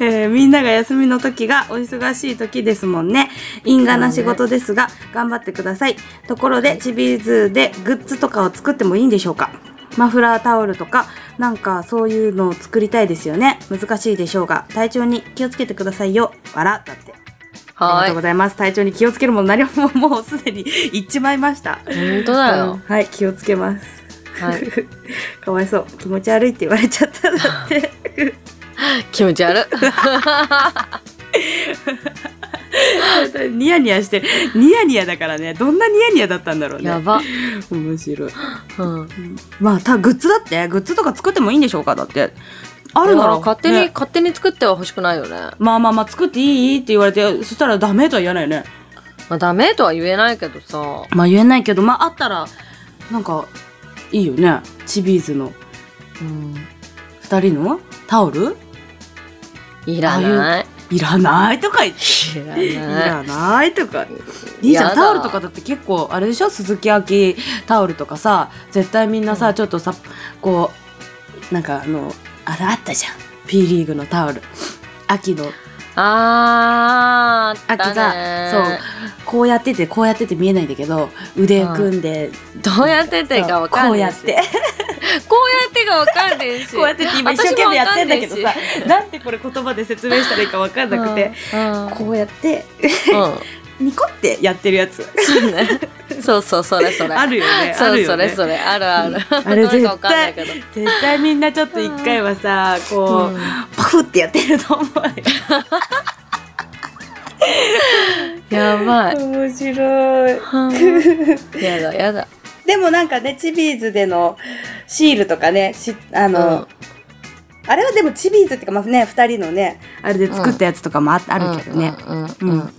えーみんなが休みの時がお忙しい時ですもんね因果な仕事ですが頑張ってくださいところでチビーズでグッズとかを作ってもいいんでしょうかマフラータオルとかなんかそういうのを作りたいですよね難しいでしょうが体調に気をつけてくださいよ笑だってありが
は
とうございます体調に気をつけるもの何ももう すでに言っちまいました
い。本当だよ。
はい気をつけます
はい。
かわいそう気持ち悪いって言われちゃっただって
気持ち悪い。
ニヤニヤしてニヤニヤだからねどんなニヤニヤだったんだろうね
やば。
面白い
うん。
まあたグッズだってグッズとか作ってもいいんでしょうかだってあ
あ
るなら
勝手に、
ね
勝手に作っては欲しくないよね。
まあまあまあ作っていいって言われてそしたらダメとは言わないよね
まあ、ダメとは言えないけどさ。
まあ言えないけどまああったらなんかいいよねチビーズの
うん。
2人のタオル
いらない。
いらないとか言って
いら
い
ない。
らないとかいいじゃ
やだ
んタオルとかだって結構あれでしょ鈴木亜希タオルとかさ絶対みんなさ、
うん
ちょっとさこうなんかあのあれあったじゃん P リーグのタオル秋の
あー、あ
秋
った
さ、
ね。
そうこうやっててこうやってて見えないんだけど腕組んで、
どうやっててかわか
こ
ん
う
な
や
い
っ
し。
て
こうやってがわかんないし。
こうやってって今一生懸命やってんだけど
私もわ
さ
かん
なんでこれ言葉で説明したらいいか分かんなくて、
うん
こうやって
うん
ニコってやってるやつ
そうねそうそう、それそれ。
あるよねあ
そ
る
う、そ
よ
れ
ね
それ。あるある。
あれ
なんかわ
絶
かんな
対
いけど。うん
絶対みんなちょっと一回はさこう、パフってやってると思うよ
やばい。
面白い
やだ、やだ。
でもなんかねチビーズでのシールとかねしあの、あれはでもチビーズっていうかまあね2人のねあれで作ったやつとかもあ,、あるけどね、
うんうんうんうん。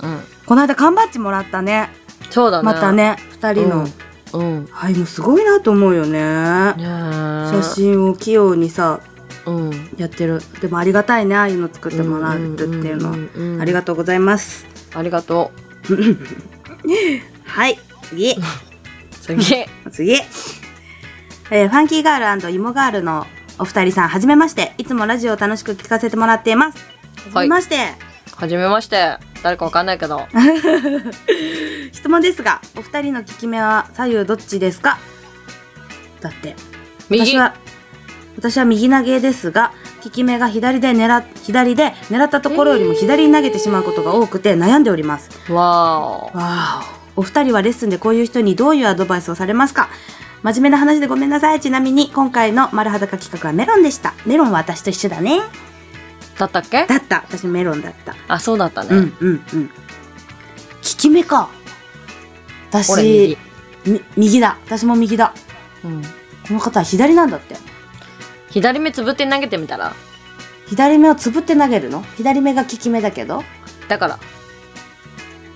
この間缶バッジもらったね
そうだね。
また。ね2人の、
うん。うん。
ああいうのすごいなと思うよね
ねえ
写。真を器用にさ
うん。
やってるでもありがたいねああいうの作ってもらうっていうのは、ありがとうございます
ありがと
はい次
う。 次。
次、えーファンキーガールイモガールのお二人さんはじめましていつもラジオを楽しく聞かせてもらっていますは
は
じめ
い
まして、
はじめまして。誰かわかんないけど。
質問ですがお二人の効き目は左右どっちですかだって
右
私。は私は右投げですが効き目が左で狙っ左で狙ったところよりも左に投げてしまうことが多くて悩んでおります
わ
わおお二人はレッスンでこういう人にどういうアドバイスをされますか真面目な話でごめんなさいちなみに今回の「丸裸」企画はメロンでしたメロンは私と一緒だね
ー。だったっけ
だった私メロンだった
あ、そうだった
う
ね。
んうんうん効き目か
俺
私
右。
み右だ私も右だ
うん。
この方は左なんだって
左目つぶって投げてみたら
左目をつぶって投げるの左目が効き目だけど
だから。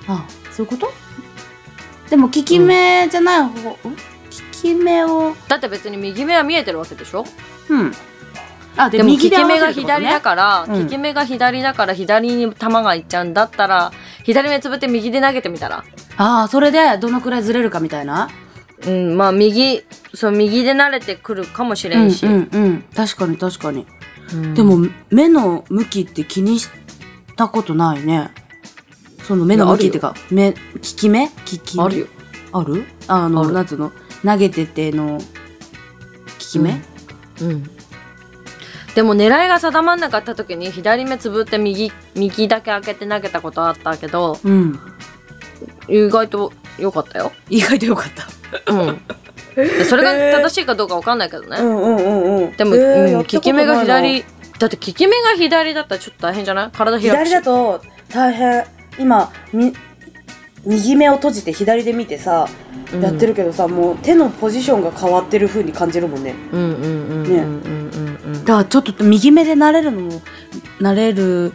ああそういうことでも効き目じゃない方、ん効き目を
だって別に右目は見えてるわけでしょ
うんあ
でも利き目が左
だ
だから、
うん
利き目が左だから左に球がいっちゃうんだったら左目つぶって右で投げてみたら
ああそれでどのくらいずれるかみたいな
うんまあ右そう右で慣れてくるかもしれんし、
うんうんうん確かに確かに、
うん
でも目の向きって気にしたことないねその目の向きっていうか目利き目利き目
あるよ
あるあの
ある
なんつうの投げてての利き目、
うんうんでも狙いが定まんなかった時に左目つぶって右右だけ開けて投げたことあったけど
うん
意外と良かったよ
意外とよかった
うんでそれが正しいかどうかわかんないけどね、
うんうんうんうん。
でも、
えー
うん、
や
効
ったこと
き目が
ないな
左だって効き目が左だったらちょっと大変じゃない体開くし
左だと大変。今、み、右目を閉じて左で見てさ、
うん
やってるけどさ、もう手のポジションが変わってる風に感じるもんね。
うんうんうんうんうんうんうん
だからちょっと右目で慣れるのも慣れる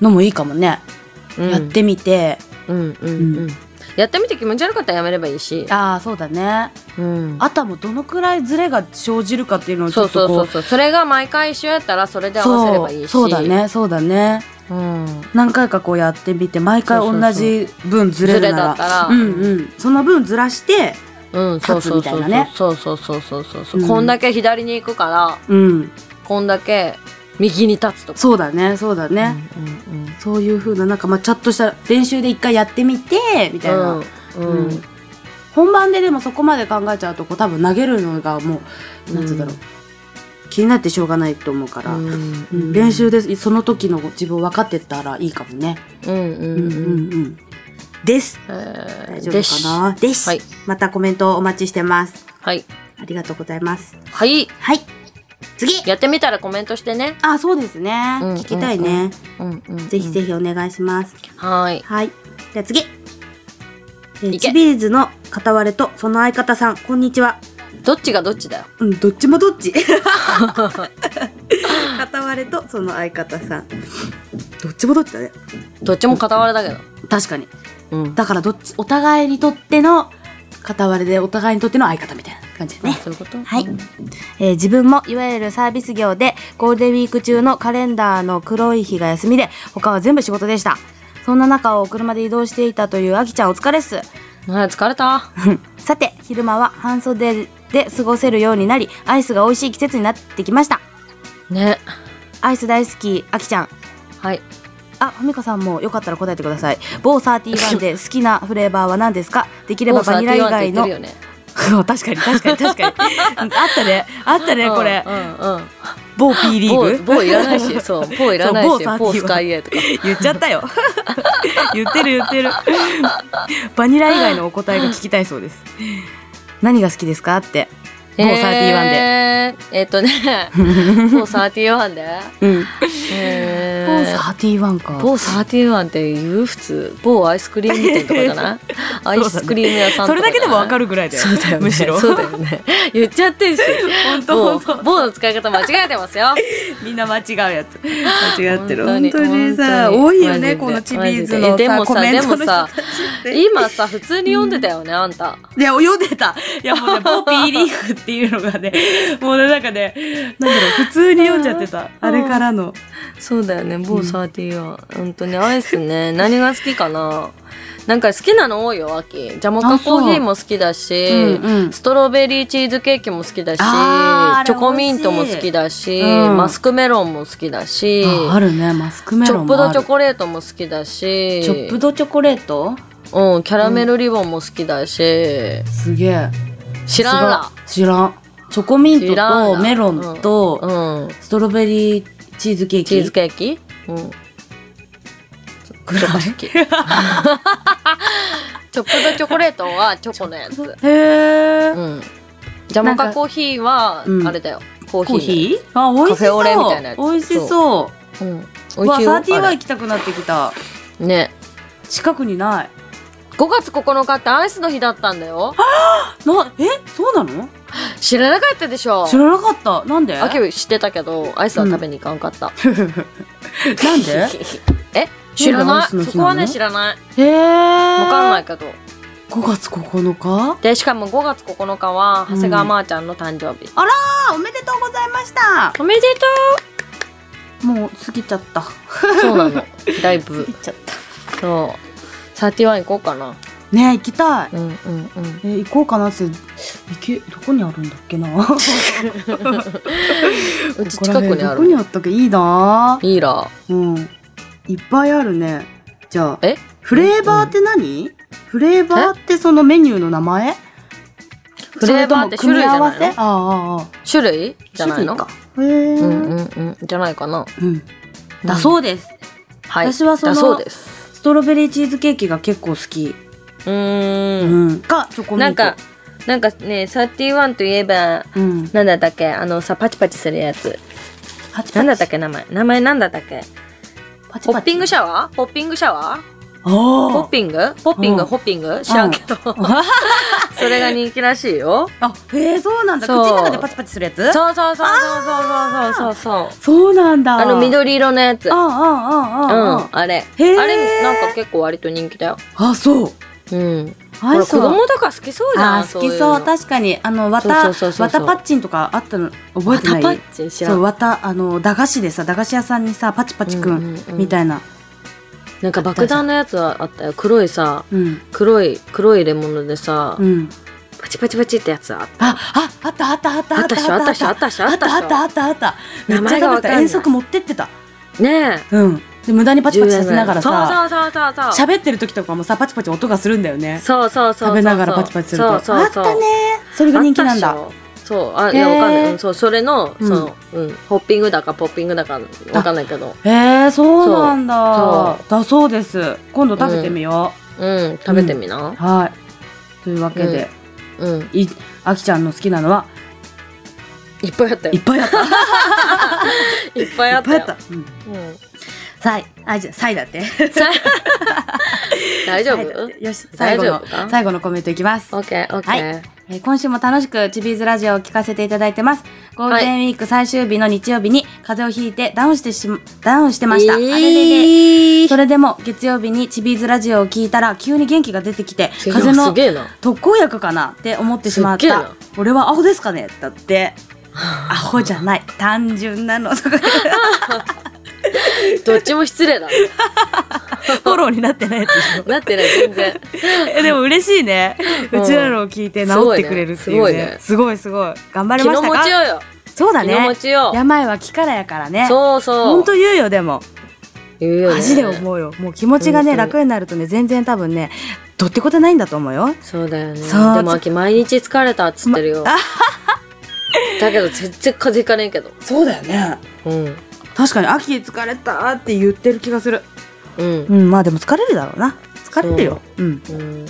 のもいいかもね、
うん
やってみて
うんうんうんやってみて気持ち悪かったらやめればいいし
ああそうだね
うん
あとはもうどのくらいズレが生じるかっていうのをち
そ
ょ
う
っと
そう
こう
そうそうそれが毎回一緒やったらそれで合わせればいいし
そうそうだねそうだね
うん
何回かこうやってみて毎回同じ分ずれ
ズ
る
レ
な
だ
ら
ったら、
うんうんその分ずらして
うん、そうそうそう
立つみたいなね
そうそうそうそうそうそう、
うん
こんだけ左に行くから
うん
こんだけ右に立つとか
そうだねそうだね、
うんうん
そういう風ななんかまあちゃんとした練習で一回やってみてみたいな、
うんうん
うん本番ででもそこまで考えちゃうとこう多分投げるのがもうなんつうんだろう、気になってしょうがないと思うから、
うん
うん練習でその時の自分を分かってったらいいかもね。
うんう
うん
ん
う
うんん
うん。です。
えー
大丈夫かなです
はい
またコメントお待ちしてます。
はい
ありがとうございます。
はい
はい。次
やってみたらコメントしてね
あ、そうですね。
うん
聞きたいね。
うんうん
ぜひぜひお願いします。
はい
はい。じゃあ次。えー
いけ
チビーズの片割れとその相方さん、こんにちは。
どっちがどっちだよ
うん、どっちもどっ ち。片割れとその相方さん。どっちもどっちだね。
どっちも片割れだけ
確かに。
どうん
だからどっち、お互いにとっての片割れでお互いにとっての相方みたいな感じだね。
そういうこと
はい
うん
えー自分もいわゆるサービス業でゴールデンウィーク中のカレンダーの黒い日が休みで他は全部仕事でしたそんな中を車で移動していたというあきちゃんお疲れっす
はい疲れた
さて昼間は半袖で過ごせるようになりアイスが美味しい季節になってきました
ね
アイス大好きあきちゃん
はい
あ、ふみかさんもよかったら答えてください某31で好 きなフレーバーは何ですかできればバニラ以外の
某31って言ってるよ ね
確かに確かに確かにあったねあったねこれ
うんうんうん
某 P リーグ
某某いらな いし、そう、某いらない
そう
し、
某
某スカイエーとか。
言っちゃったよ 言ってる言ってるバニラ以外のお答えが聞きたいそうです何が好きですかって某31で、
えー、えっ とね、某31で。
うん、
え
某
ー
31か
某31って言う普通某アイスクリーム店 とかじゃないアイスクリーム屋さんとか
それだけでもわかる
る
ぐらいだよ
そうだよね
むしろ
そうだよね言っちゃって るし
本
某
当本
某の使い方間違えてま すよ
当みんな間違うやつ間違ってる
本
本
当
当
に
にさ
本当に
多いよ
マジ
ね
で
このチビーズの
マジでえでも
さ
さ
コメントの人
でもさ
たちって
今さ普通に読んでたよねあんた
いや、読んでた。いや、もうね、某 P リーグっていうの がね、もうね、なんかね、なんだろう、普通に読んじゃってた。あれからの。
そうだよね某31本当にアイ スね何が好きかななんか好きなの多いよ秋ジャモカコーヒーも好きだし、
うんうん
ストロベリーチーズケーキも好きだし
あーあれ
チョコミントも好きだし、
美味しいうん
マスクメロンも好きだし
ああるね、マスクメ
チ
ロ
ョッ
ン
プ
もあ
ド
る。
チョコレートも好きだし
チョップドチョコレート
うん、キャラメルリボンも好きだし、
すげえ。
知らんら
知らん。チョコミント
知らん
と
な
メロンと、
うん、
ストロベリーチーズケーキ。
チーズケーキうん
ぐらい。
チョップドチョコレートはチョコのやつ
へー。
うん。ジャモカコーヒーは
うん
あれだよ、コーヒー
コーヒーあ、美味し
カフェ
そ
オ
う。
レみたいなやつ
美味しそう。
ー、うん、
う
美
わ、
味しい
サ
よ
ーティワ
あ
ン行きたくなってきた。
れね
近くにない。
5月9日ってアイスの日だったんだよ
な、えそうなの
知らなかったでしょ
知らなかった。なんで
あきゅう知ってたけどアイスは食べに行かんかった、
なんで
え 知
な
ら
んでア
な
イ
い
スの日なの
そこはね知らない
へえ。わ。
わかんないいけど
5月9日
でしかも5月9日は長谷川まーちゃんの誕生日、
あ、おめでとうございました。
おめで
もう過ぎちゃっ た。過
とうそうなのだいぶ
ちゃった。
そうサーティワン行こうかな
ね行きたい。
うんうんうん
えー行こうかなって行けどこにあるんだっけなこ
うち
こら
近
辺
くにあ
どこに
る
あったっけいいなぁ
いいら
うんいっぱいあるねじゃあ
え
フレーバーって何、フレーバーってそのメニューの名前
フレーバーって種類じゃない
それとも組み合わせあ
の
あああ
種類じゃない
種類
のう
かへえ、
んうんうんじゃないかな、
うんだそうです
はい
私はその
だそうです
ストロベリーチーズケーキが結構好き、
うー
うんん、かチョコミント
なんかなんかねサーティワンといえば
うん
なんだったっけあのさパチパチするやつ
パチパチ
なんだったっけ名前名前なんだったっけ
パチ
ポ
パ
ッ
チ
ピングシャワーポッピングシャワーポッ
あ
ピングポッピン
う
グ
ん
ホッピング知らんけどそれが人気らし いよ
ああへえそうなんだ口
そう
の中でパチパチするやつ
そうそうそうそうそうそうそうそ
そ
う
うなんだ
あの緑色のやつ
あ
うん
ああああああ
あれあ
へー
れなんか結構割と人気だよ
あそう
うんほら子供とか好きそうじゃん
あー好きそう確かにあの
そう
綿
そうそうそうそ
綿
う
パッチンとかあったの覚えてない
パッチン知ら
そ
ん
う綿あの駄菓子でさ駄菓子屋さんにさパチパチく
うんんうんうん
みたいな、
なんか爆弾のやつはあったよ黒いさ
うん
黒い黒い入れ物でさ、
うん、
パチパチパチってやつあった
あああったあったあった
あったっしょあったっしょあったっしょ
あったあったあったあっためっ
名
ちゃ食
前が
べ
わかん
た
ない
遠足持ってってた
ねえ
うんで無駄にパチパチさせながらさ
そうそうそうそうそう
喋ってる時とかもさパチパチ音がするんだよね
そうそうそう
食べながらパチパチすると
そうそうそう
あったねそれが人気なんだ
あったっしょそうあいや
へー
わかんない、うんそうそれのそ
うん
の、うんホッピングだかポッピングだかわかんないけど
へえそうなんだ
そ
だそうです今度食べてみよ
うん食べてみな
う、はいというわけで、
うん、
いあきちゃんの好きなのはい
っぱいあったよ
いっぱいあったいっ
いっぱいあった
ぱい
よ
あった、うん、
うん
サイあじゃあサイだって
さ大丈
サイだ
夫
ってよし最後の
大丈夫か
最後のコメントいきます
オッケーオッケー、
はえー今週も楽しくチビーズラジオを聞かせていただいてます。ゴールデンウィーク最終日の日曜日に風邪をひいてダウンしてしま、ダウンしてました。
えー
あれれれそれでも月曜日にチビーズラジオを聞いたら急に元気が出てきて、
すげえ
風邪
す
の
げえな
特効薬かなって思ってしまっ
すっげえな
た。俺はアホですかねだって。アホじゃない。単純なの。 とか
どっちも失礼だ
フォローになってないやつでしょ。
なってない 全然
えでも嬉しいね。
うん
うちらのを聞いて治ってくれるっていうね。すごいすごい。頑張り
気
ま
の
した
持ちよ
か
うよ
そうだね。
気の持ちよう
病は気からやからね。
そうそう
本当言うよでも
言うよね
マジで思うよもう気持ちがね
本当に
楽になるとね全然多分ねどってことないんだと思うよ
そうだよね
そう
でも秋毎日疲れたっつってるよ、だけど全然風邪ひかねえけど
そうだよね
うん
確かに秋疲れたって言ってる気がする
うん
うんまあでも疲れるだろうな疲れるようん
うん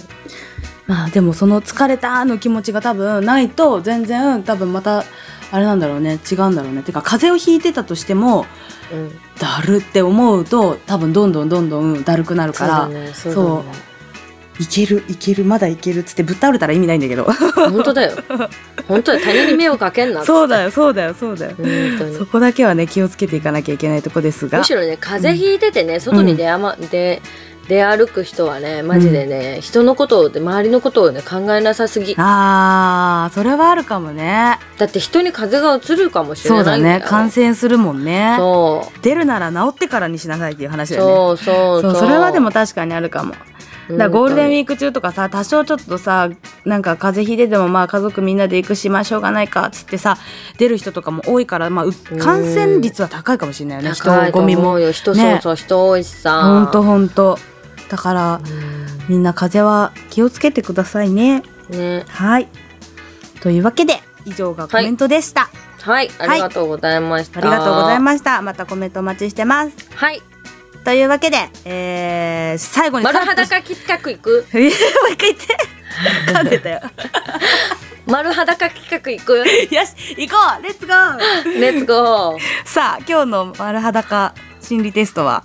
まあでもその疲れたの気持ちが多分ないと全然多分またあれなんだろうね違うんだろうねてか風邪をひいてたとしても
うん
だるって思うと多分どんどんどんどんだるくなる
そう
か
だ
ら、
ねそうだね
いけるいけるまだいけるっつってぶっ倒れたら意味ないんだけど
本当だよ本当だよ他人に迷惑かけん な
そうだよそうだよそうだよ
本当 に
そこだけはね気をつけていかなきゃいけないとこですが
むしろね風邪ひいててね、外に出,、ま、出出歩く人はねマジでね、人のことを周りのことをね考えなさすぎ
あーそれはあるかもね
だって人に風邪がうつるかもしれ
そう
な
だ
いんだよ
ね感染するもんね
そ
出るなら治ってからにしなさいっていう
う
話だよね
そうそう
そうそれはでも確かにあるかもだからゴールデンウィ
ー
ーク中とかさ多少ちょっとさなんか風邪ひいててもまあ家族みんなで行くしまあしょうがないかっつってさ出る人とかも多いから、まあ、う感染率は高いかもしれないよね人
高いと
ゴミ
思
も
うよ人、
ね
そうそう人多いしさ
ほんとほんとだから
う
みんな風邪は気をつけてくださいね
んね
はい。というわけで、以上がコメントでした。
はいありがとうございました、
ありがとうござい
ま
ました。またコメントお待ちしてます。
すはい
というわけで、えー、最後に
丸
さらっ
裸企画いく
と もう一回言って。噛んで たよ。
丸裸企画い く
よし、行こうレッツゴー
レッツゴー
さあ、今日の丸裸心理テストは、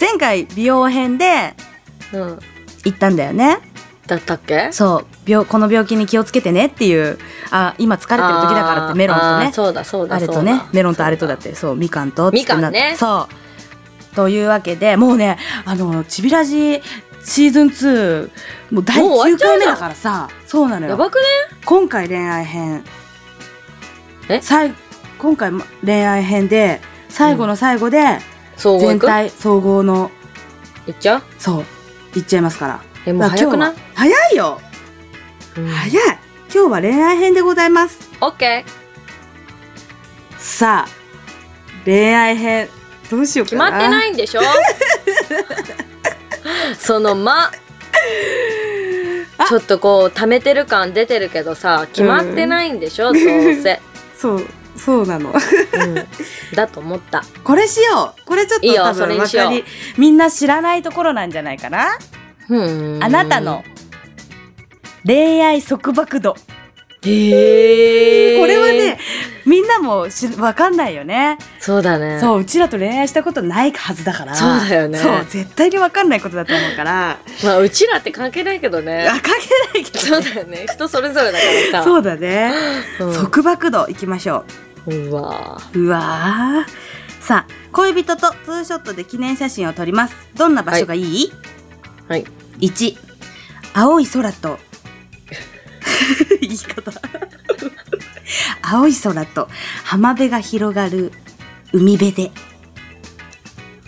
前回美容編で
うん
行ったんだよね。
だったっけ
そう、病、この病気に気をつけてねっていう、あ、今疲れてる時だからってメロンと
あーあ
ね
ー。そうだそうだ
あれ
そ
と
うだ
ねメロンとあれとだってそうみかんとつってな
みかんね
そうというわけでもうねあのちびラジシーズン2もう第
もう終わ
9
っちゃう
回目
じゃん
だからさそうなの
や
よ
ばくね
今回恋愛編
え
最今回も恋愛編で最後の最後で
そう
全
行く
体総合の
行っちゃう
そういっちゃいますから
えもう
だから
早くない
今日は早いよ
うん
早い今日は恋愛編でございます
オッケー
さあ恋愛編どうしよう
決
かな
まってない んでしょその間ちょっとこう溜めてる感出てるけどさ決まってないんでしょ、どう せ、
そうそうなの
うん、だと思った
これしようこれちょっと
いいよ
多
それ
分
に
わ
しよう
かりみんな知らないところなんじゃないかなあなたの恋愛束縛度
へえ
これはねみんなもしわかんないよね、
そうだね
そううちらと恋愛したことないはずだから
そうだよね
そう絶対にわかんないことだと思うから
まあうちらって関係ないけどね
あかけないけ
そうだよね人それぞれだから
ど
さ
そうだね、
うん
束縛度いきましょう
うわ
うわーさあ恋人とツーショットで記念写真を撮りますどんな場所がいい、
はい
1青い空と 言い方青い空と浜辺が広がる海辺で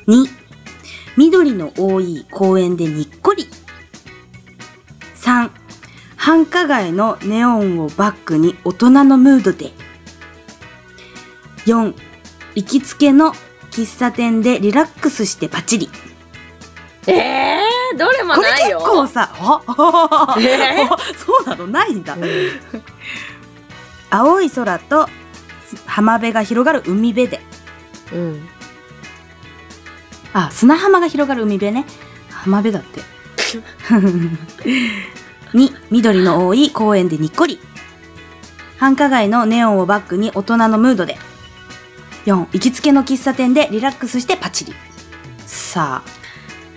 2緑の多い公園でにっこり3繁華街のネオンをバックに大人のムードで4行きつけの喫茶店でリラックスしてパチリ
ええー、どれも
これ
ない
結
よ
構 さああ
えー
あそうなのないんだ、
うん
青い空と浜辺が広がる海辺で
うん
あ砂浜が広がる海辺ね浜辺だって 2緑の多い公園でにっこり繁華街のネオンをバックに大人のムードで4行きつけの喫茶店でリラックスしてパチリさ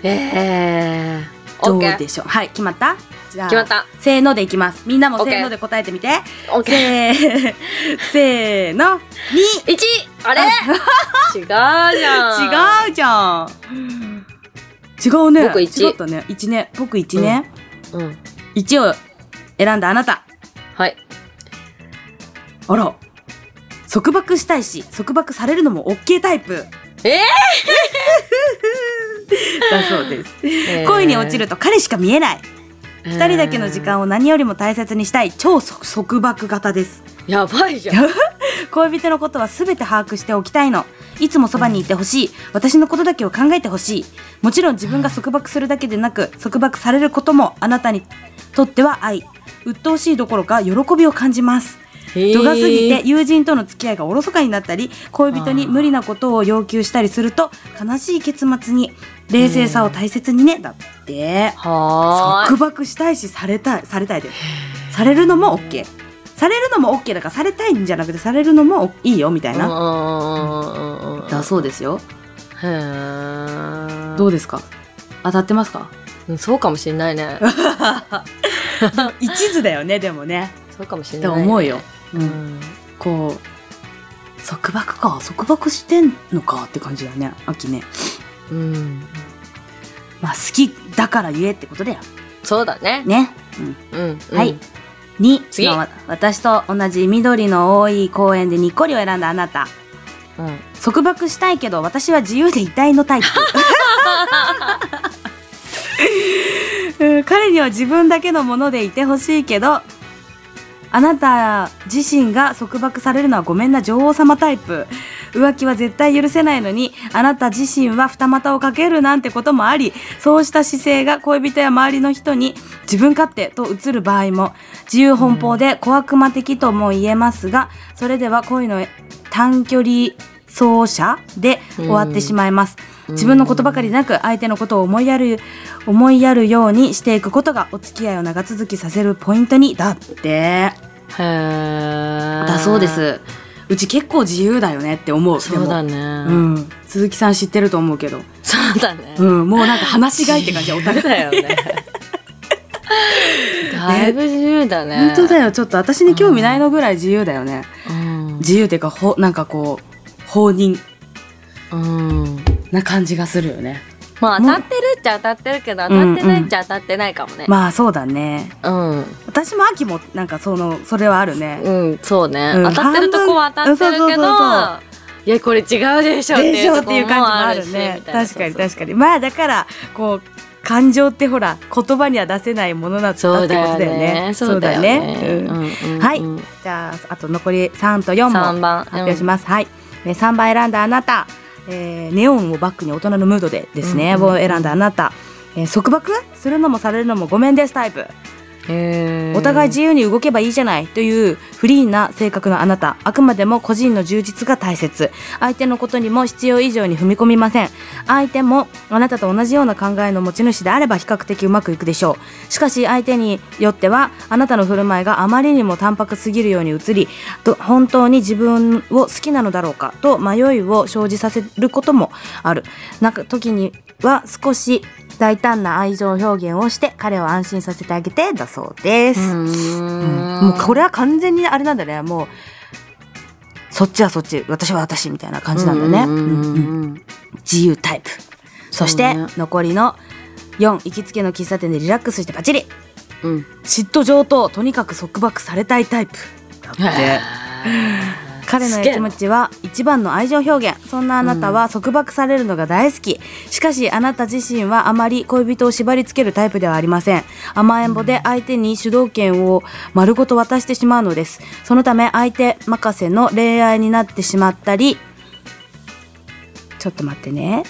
えー、
あどう
OK
でしょうはい決まったじゃあ
決まった
せーのでいきますみんなも
オッ
せ
ケー
ーので答えてみて
OK1
せー せーの
あれ 違うじゃん違う
違うじゃん違うね
僕一
違ったね1ね僕1ね、
うん
1を選んだあなた
はい
あら束縛したいし束縛されるのも OK タイプ
え
だそうです、
ー、
恋に落ちると彼しか見えない
2
2人だけの時間を何よりも大切にしたい超束束縛型です
やばいじゃん
恋人のことは全て把握しておきたいのいつもそばにいてほしい私のことだけを考えてほしいもちろん自分が束縛するだけでなく束縛されることもあなたにとっては愛鬱陶しいどころか喜びを感じます度が過ぎて友人との付き合いがおろそかになったり恋人に無理なことを要求したりすると悲しい結末に冷静さを大切にねだって
はー
束縛
い
したいしされたいされたいでされるのも OK されるのも OK だからされたいんじゃなくてされるのもいいよみたいな
な
だそうですよ
へー
どうですか当たってますか
うんそうかもしんないね
一途だよね でもね
そうかもしん
っ
な
て
いね
思うよ、う、
うんん
こう束縛か束縛してんのかって感じだね秋ね
うん
まあ好きだから言えってことだよ
そうだね
ね。
うんうん
はい2、
次
まあわ私と同じ緑の多い公園でにっこりを選んだあなた。
うん
束縛したいけど私は自由で遺体のタイプ。うん彼には自分だけのものでいてほしいけど、あなた自身が束縛されるのはごめんな女王様タイプ。浮気は絶対許せないのに、あなた自身は二股をかけるなんてこともあり、そうした姿勢が恋人や周りの人に自分勝手と映る場合も、自由奔放で小悪魔的とも言えますが、それでは恋の短距離走者で終わってしまいます。
うん
自分のことばかりなく相手のことを思いやる、思いやるようにしていくことがお付き合いを長続きさせるポイントに、だって。
へー
だそうです。うち結構自由だよねって思う。
そうだ
ね。
ね
うん。鈴木さん知ってると思うけど。
そうだね
うん。もうなんか話しがいって感じ、お 互い。
だよね だいぶ自由だね
本当だよ。ちょっと私に興味ないのぐらい自由だよね。
うん
自由っていうか、ほ、なんかこう、放任
うん
な感じがするよね。
まあ当たってるっちゃ当たってるけど当たってないっちゃ当たってないかもね
まあそうだね。
うん
私も秋もなんかその、それはあるね。
うん、そうね、
うん
当たってるとこは当たってるけど、
半分そうそうそう
いやこれ違うでしょって
で
い
し
う
ょ
と
っ
こ
ていう感じ
ろも
も
あ
あ
る
る
し
ね
み。たいな
確かに
そう
確かに。まあだから、こう、感情ってほら、言葉には出せないものなんだってこ
そ
と
う
だよ
だよ
ね
ね。そうだよね
そうだよねうん
うんうん
はい
うん
じゃあ、あと残り3と4も
三番
発表します。はい。えー3番選んだあなた、えーネオンをバックに大人のムードでですね、
うんうん
を選んだあなた、えー束縛するのもされるのもごめんですタイプ。
うん
お互い自由に動けばいいじゃないというフリーな性格のあなたあくまでも個人の充実が大切相手のことにも必要以上に踏み込みません相手もあなたと同じような考えの持ち主であれば比較的うまくいくでしょうしかし相手によってはあなたの振る舞いがあまりにも淡白すぎるように映りど本当に自分を好きなのだろうかと迷いを生じさせることもあるなんか時には少し大胆な愛情表現をして彼を安心させてあげてだそうです、
うん
もうこれは完全にあれなんだねもうそっちはそっち私は私みたいな感じなんだね、
う
うん
うん
うん
うん
自由タイプそして
そうね
残りの4行きつけの喫茶店でリラックスしてパチリ
うん
嫉妬上等とにかく束縛されたいタイプだって彼のやきもちは一番の愛情表現そんなあなたは束縛されるのが大好き、しかしあなた自身はあまり恋人を縛りつけるタイプではありません甘えん坊で相手に主導権を丸ごと渡してしまうのですそのため相手任せの恋愛になってしまったりちょっと待ってね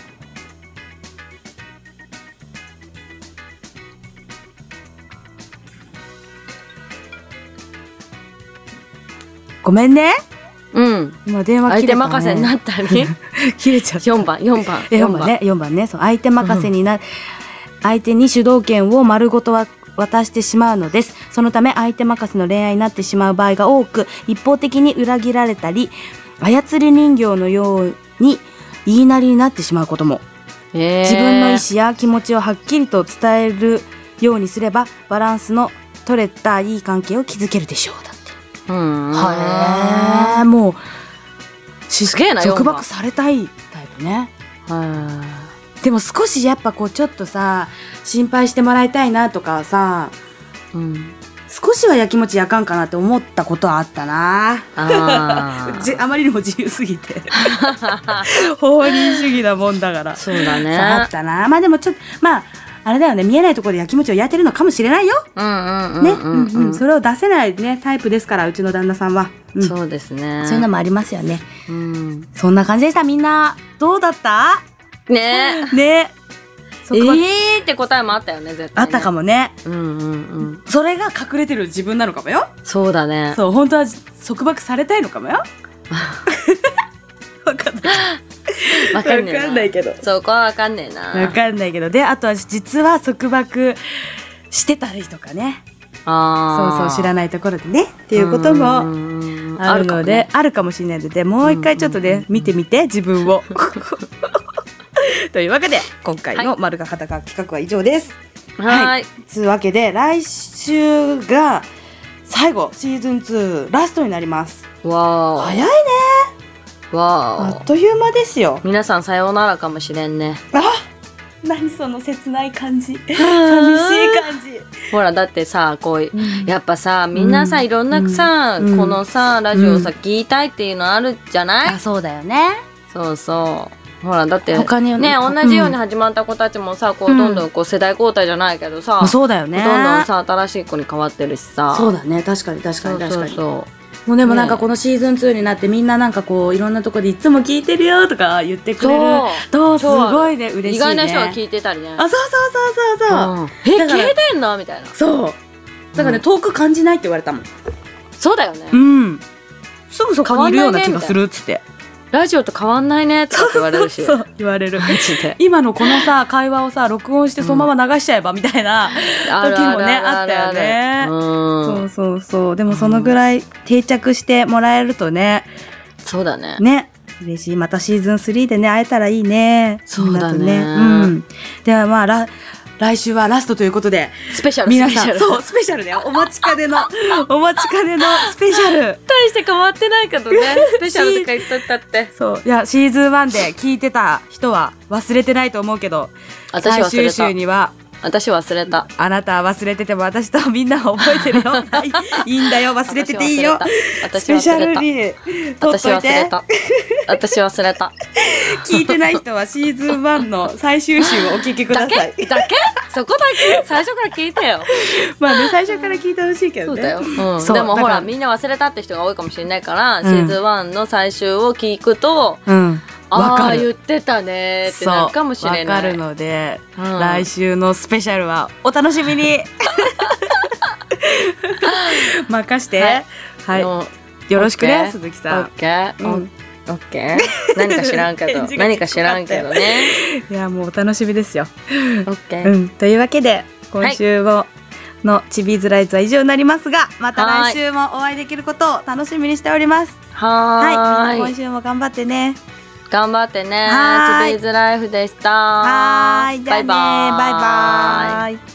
ごめんね
うん
今電話
相
切
手
れた、ね、
任せになったり
切れちゃった
四番四番
4番ね4番ねそう相手任せにな、相手に主導権を丸ごとわ渡してしまうのですそのため相手任せの恋愛になってしまう場合が多く一方的に裏切られたり操り人形のように言いなりになってしまうことも
えー
自分の意思や気持ちをはっきりと伝えるようにすればバランスの取れたいい関係を築けるでしょうだって
うん
はえもう
すげえな
束
四番
縛されたいタイプね
は
でも少しやっぱこうちょっとさ心配してもらいたいなとかさ
いうん
少しはやきもちやかんかなって思ったことはあったな
あー
じあまりにも自由すぎ て法人主義なもんだからそ
そうだ
うあっ
ね
たなまあでもちょっとまああれだよね見えないところでやきもちを焼いてるのかもしれないよ
うんうん
ね、
うん
うんうんそれを出せないねタイプですからうちの旦那さんは、うんそう
そうですね
いうのもありますよね
うん
そんな感じでしたみんなどうだった
ね
ね
えーって答えもあったよね絶対
あったか
も
もね
うんうんうん
それが隠れてる自分なのかもよ
そうだね
そう本当は束縛されたいのか もよわかんない
わかんねえ
わかんないけど
そこはわかんねえな
わかんないけどであとは実は束縛してたりとかねそう
あ
そう知ら
な
な
いっ
いところでねっていうこともあるのであるかもしれないのでもう一回ちょっと
うんうん
ね
うん
見てみて自分 を。というわけで今回の「丸が裸」企画は以上です。
はーい
つうわけで来週が最後シーズン2ラストになります。
わ
早いね
おわ
あ
お
っという間ですよ。
皆さんさようならかもしれんね
あ何その切ない感じ寂しい感じ
ほらだってさこうやっぱさみんなさいろんなさ
うん
このさラジオさ
う
聞いたいっていうのあるじゃない
そうだよね
そうそうほらだって
他に
ね
うん
同じように始まった子たちもさこう
うん
どんどんこう世代交代じゃないけどさ
あそうだよね
どんどんさ新しい子に変わってるしさ
そうだね確かに確か
そ
に
う
確
そ
か
う
に
そ
もうでもなんかこのシーズン2になってみんななんかこういろんなとこでいつも聞いてるよとか言ってくれる
そう
とす
そうある
ごいね嬉
う
しいね
意外な人が聞いてたりね
あそうそうそうそうそう、
うんえ
だから
消えてんのみたいな
そうだからね、遠く感じないって言われたもん
そうだよね
うんすぐそこにいるような気
変わんな
が
いね
するっつって
ラジオと変わんないねって言われるし
そう言われる
マジで
今のこのさ会話をさ録音してそのまま流しちゃえばみたいな、
あるある
ね
ある
あったよね
るうん
そ
そうう
そうそうでもそのぐらい定着してもらえるとね
だね
ね嬉しいまたシーズン3でね会えたらいいね
そうだね
みんなとうん、ではまあら来週はラストということで
スペシャル
皆
スペシ
さ
ャ
ん
ル
そうスペシャルだよお待ちかね のお待ちかねのスペシャル
大して変わってないけどねスペシャルとか言っとったって
そういやシーズン1で聞いてた人は忘れてないと思うけど
私
最
忘
終
れ
週
た
には
私忘れた
あなたは忘れてても私とみんなは覚えてるよはいいいん だよ忘れてていいよ
私
スペシ
忘
ャ
れ
ル
た
に撮っ
私
とい
忘
て
れた私忘れ た
聞いてない人はシーズン1の最終週をお聞きく
だ
ださい
けだけそこだけ最初から聞いてよ
まあね最初から聞いてほしいけ
そ
ど
う
ね
だよ、うん、
そう
でもほ
だから
らみんな忘れたって人が多いかもしれないから、
ん
シーズン1の最終を聞くと
うんわ
あ
か
あ言
る
ってたねーって
そう
なるかもしれな
わか
い
るので、
うん
来週のスペシャルはお楽しみ に任してはい、
の
よろしく
オッ
ね
ケー
鈴木
オ
さ
ッケー、
う
オ
ん
ッケー何か知らん けど
返事が
何か知らんけどね
んいやもうお楽しみですよ、
オッ
う
ケー
ん、というわけで今週をのちびずらいずは以上になりますがまた来週もお会いできることを楽しみにしておりますはい、
はーい、
みんな今週も頑張ってね
頑張ってね
はーい
チビーズライフでした
はーいじゃあね
バイバーイ
バイバーイ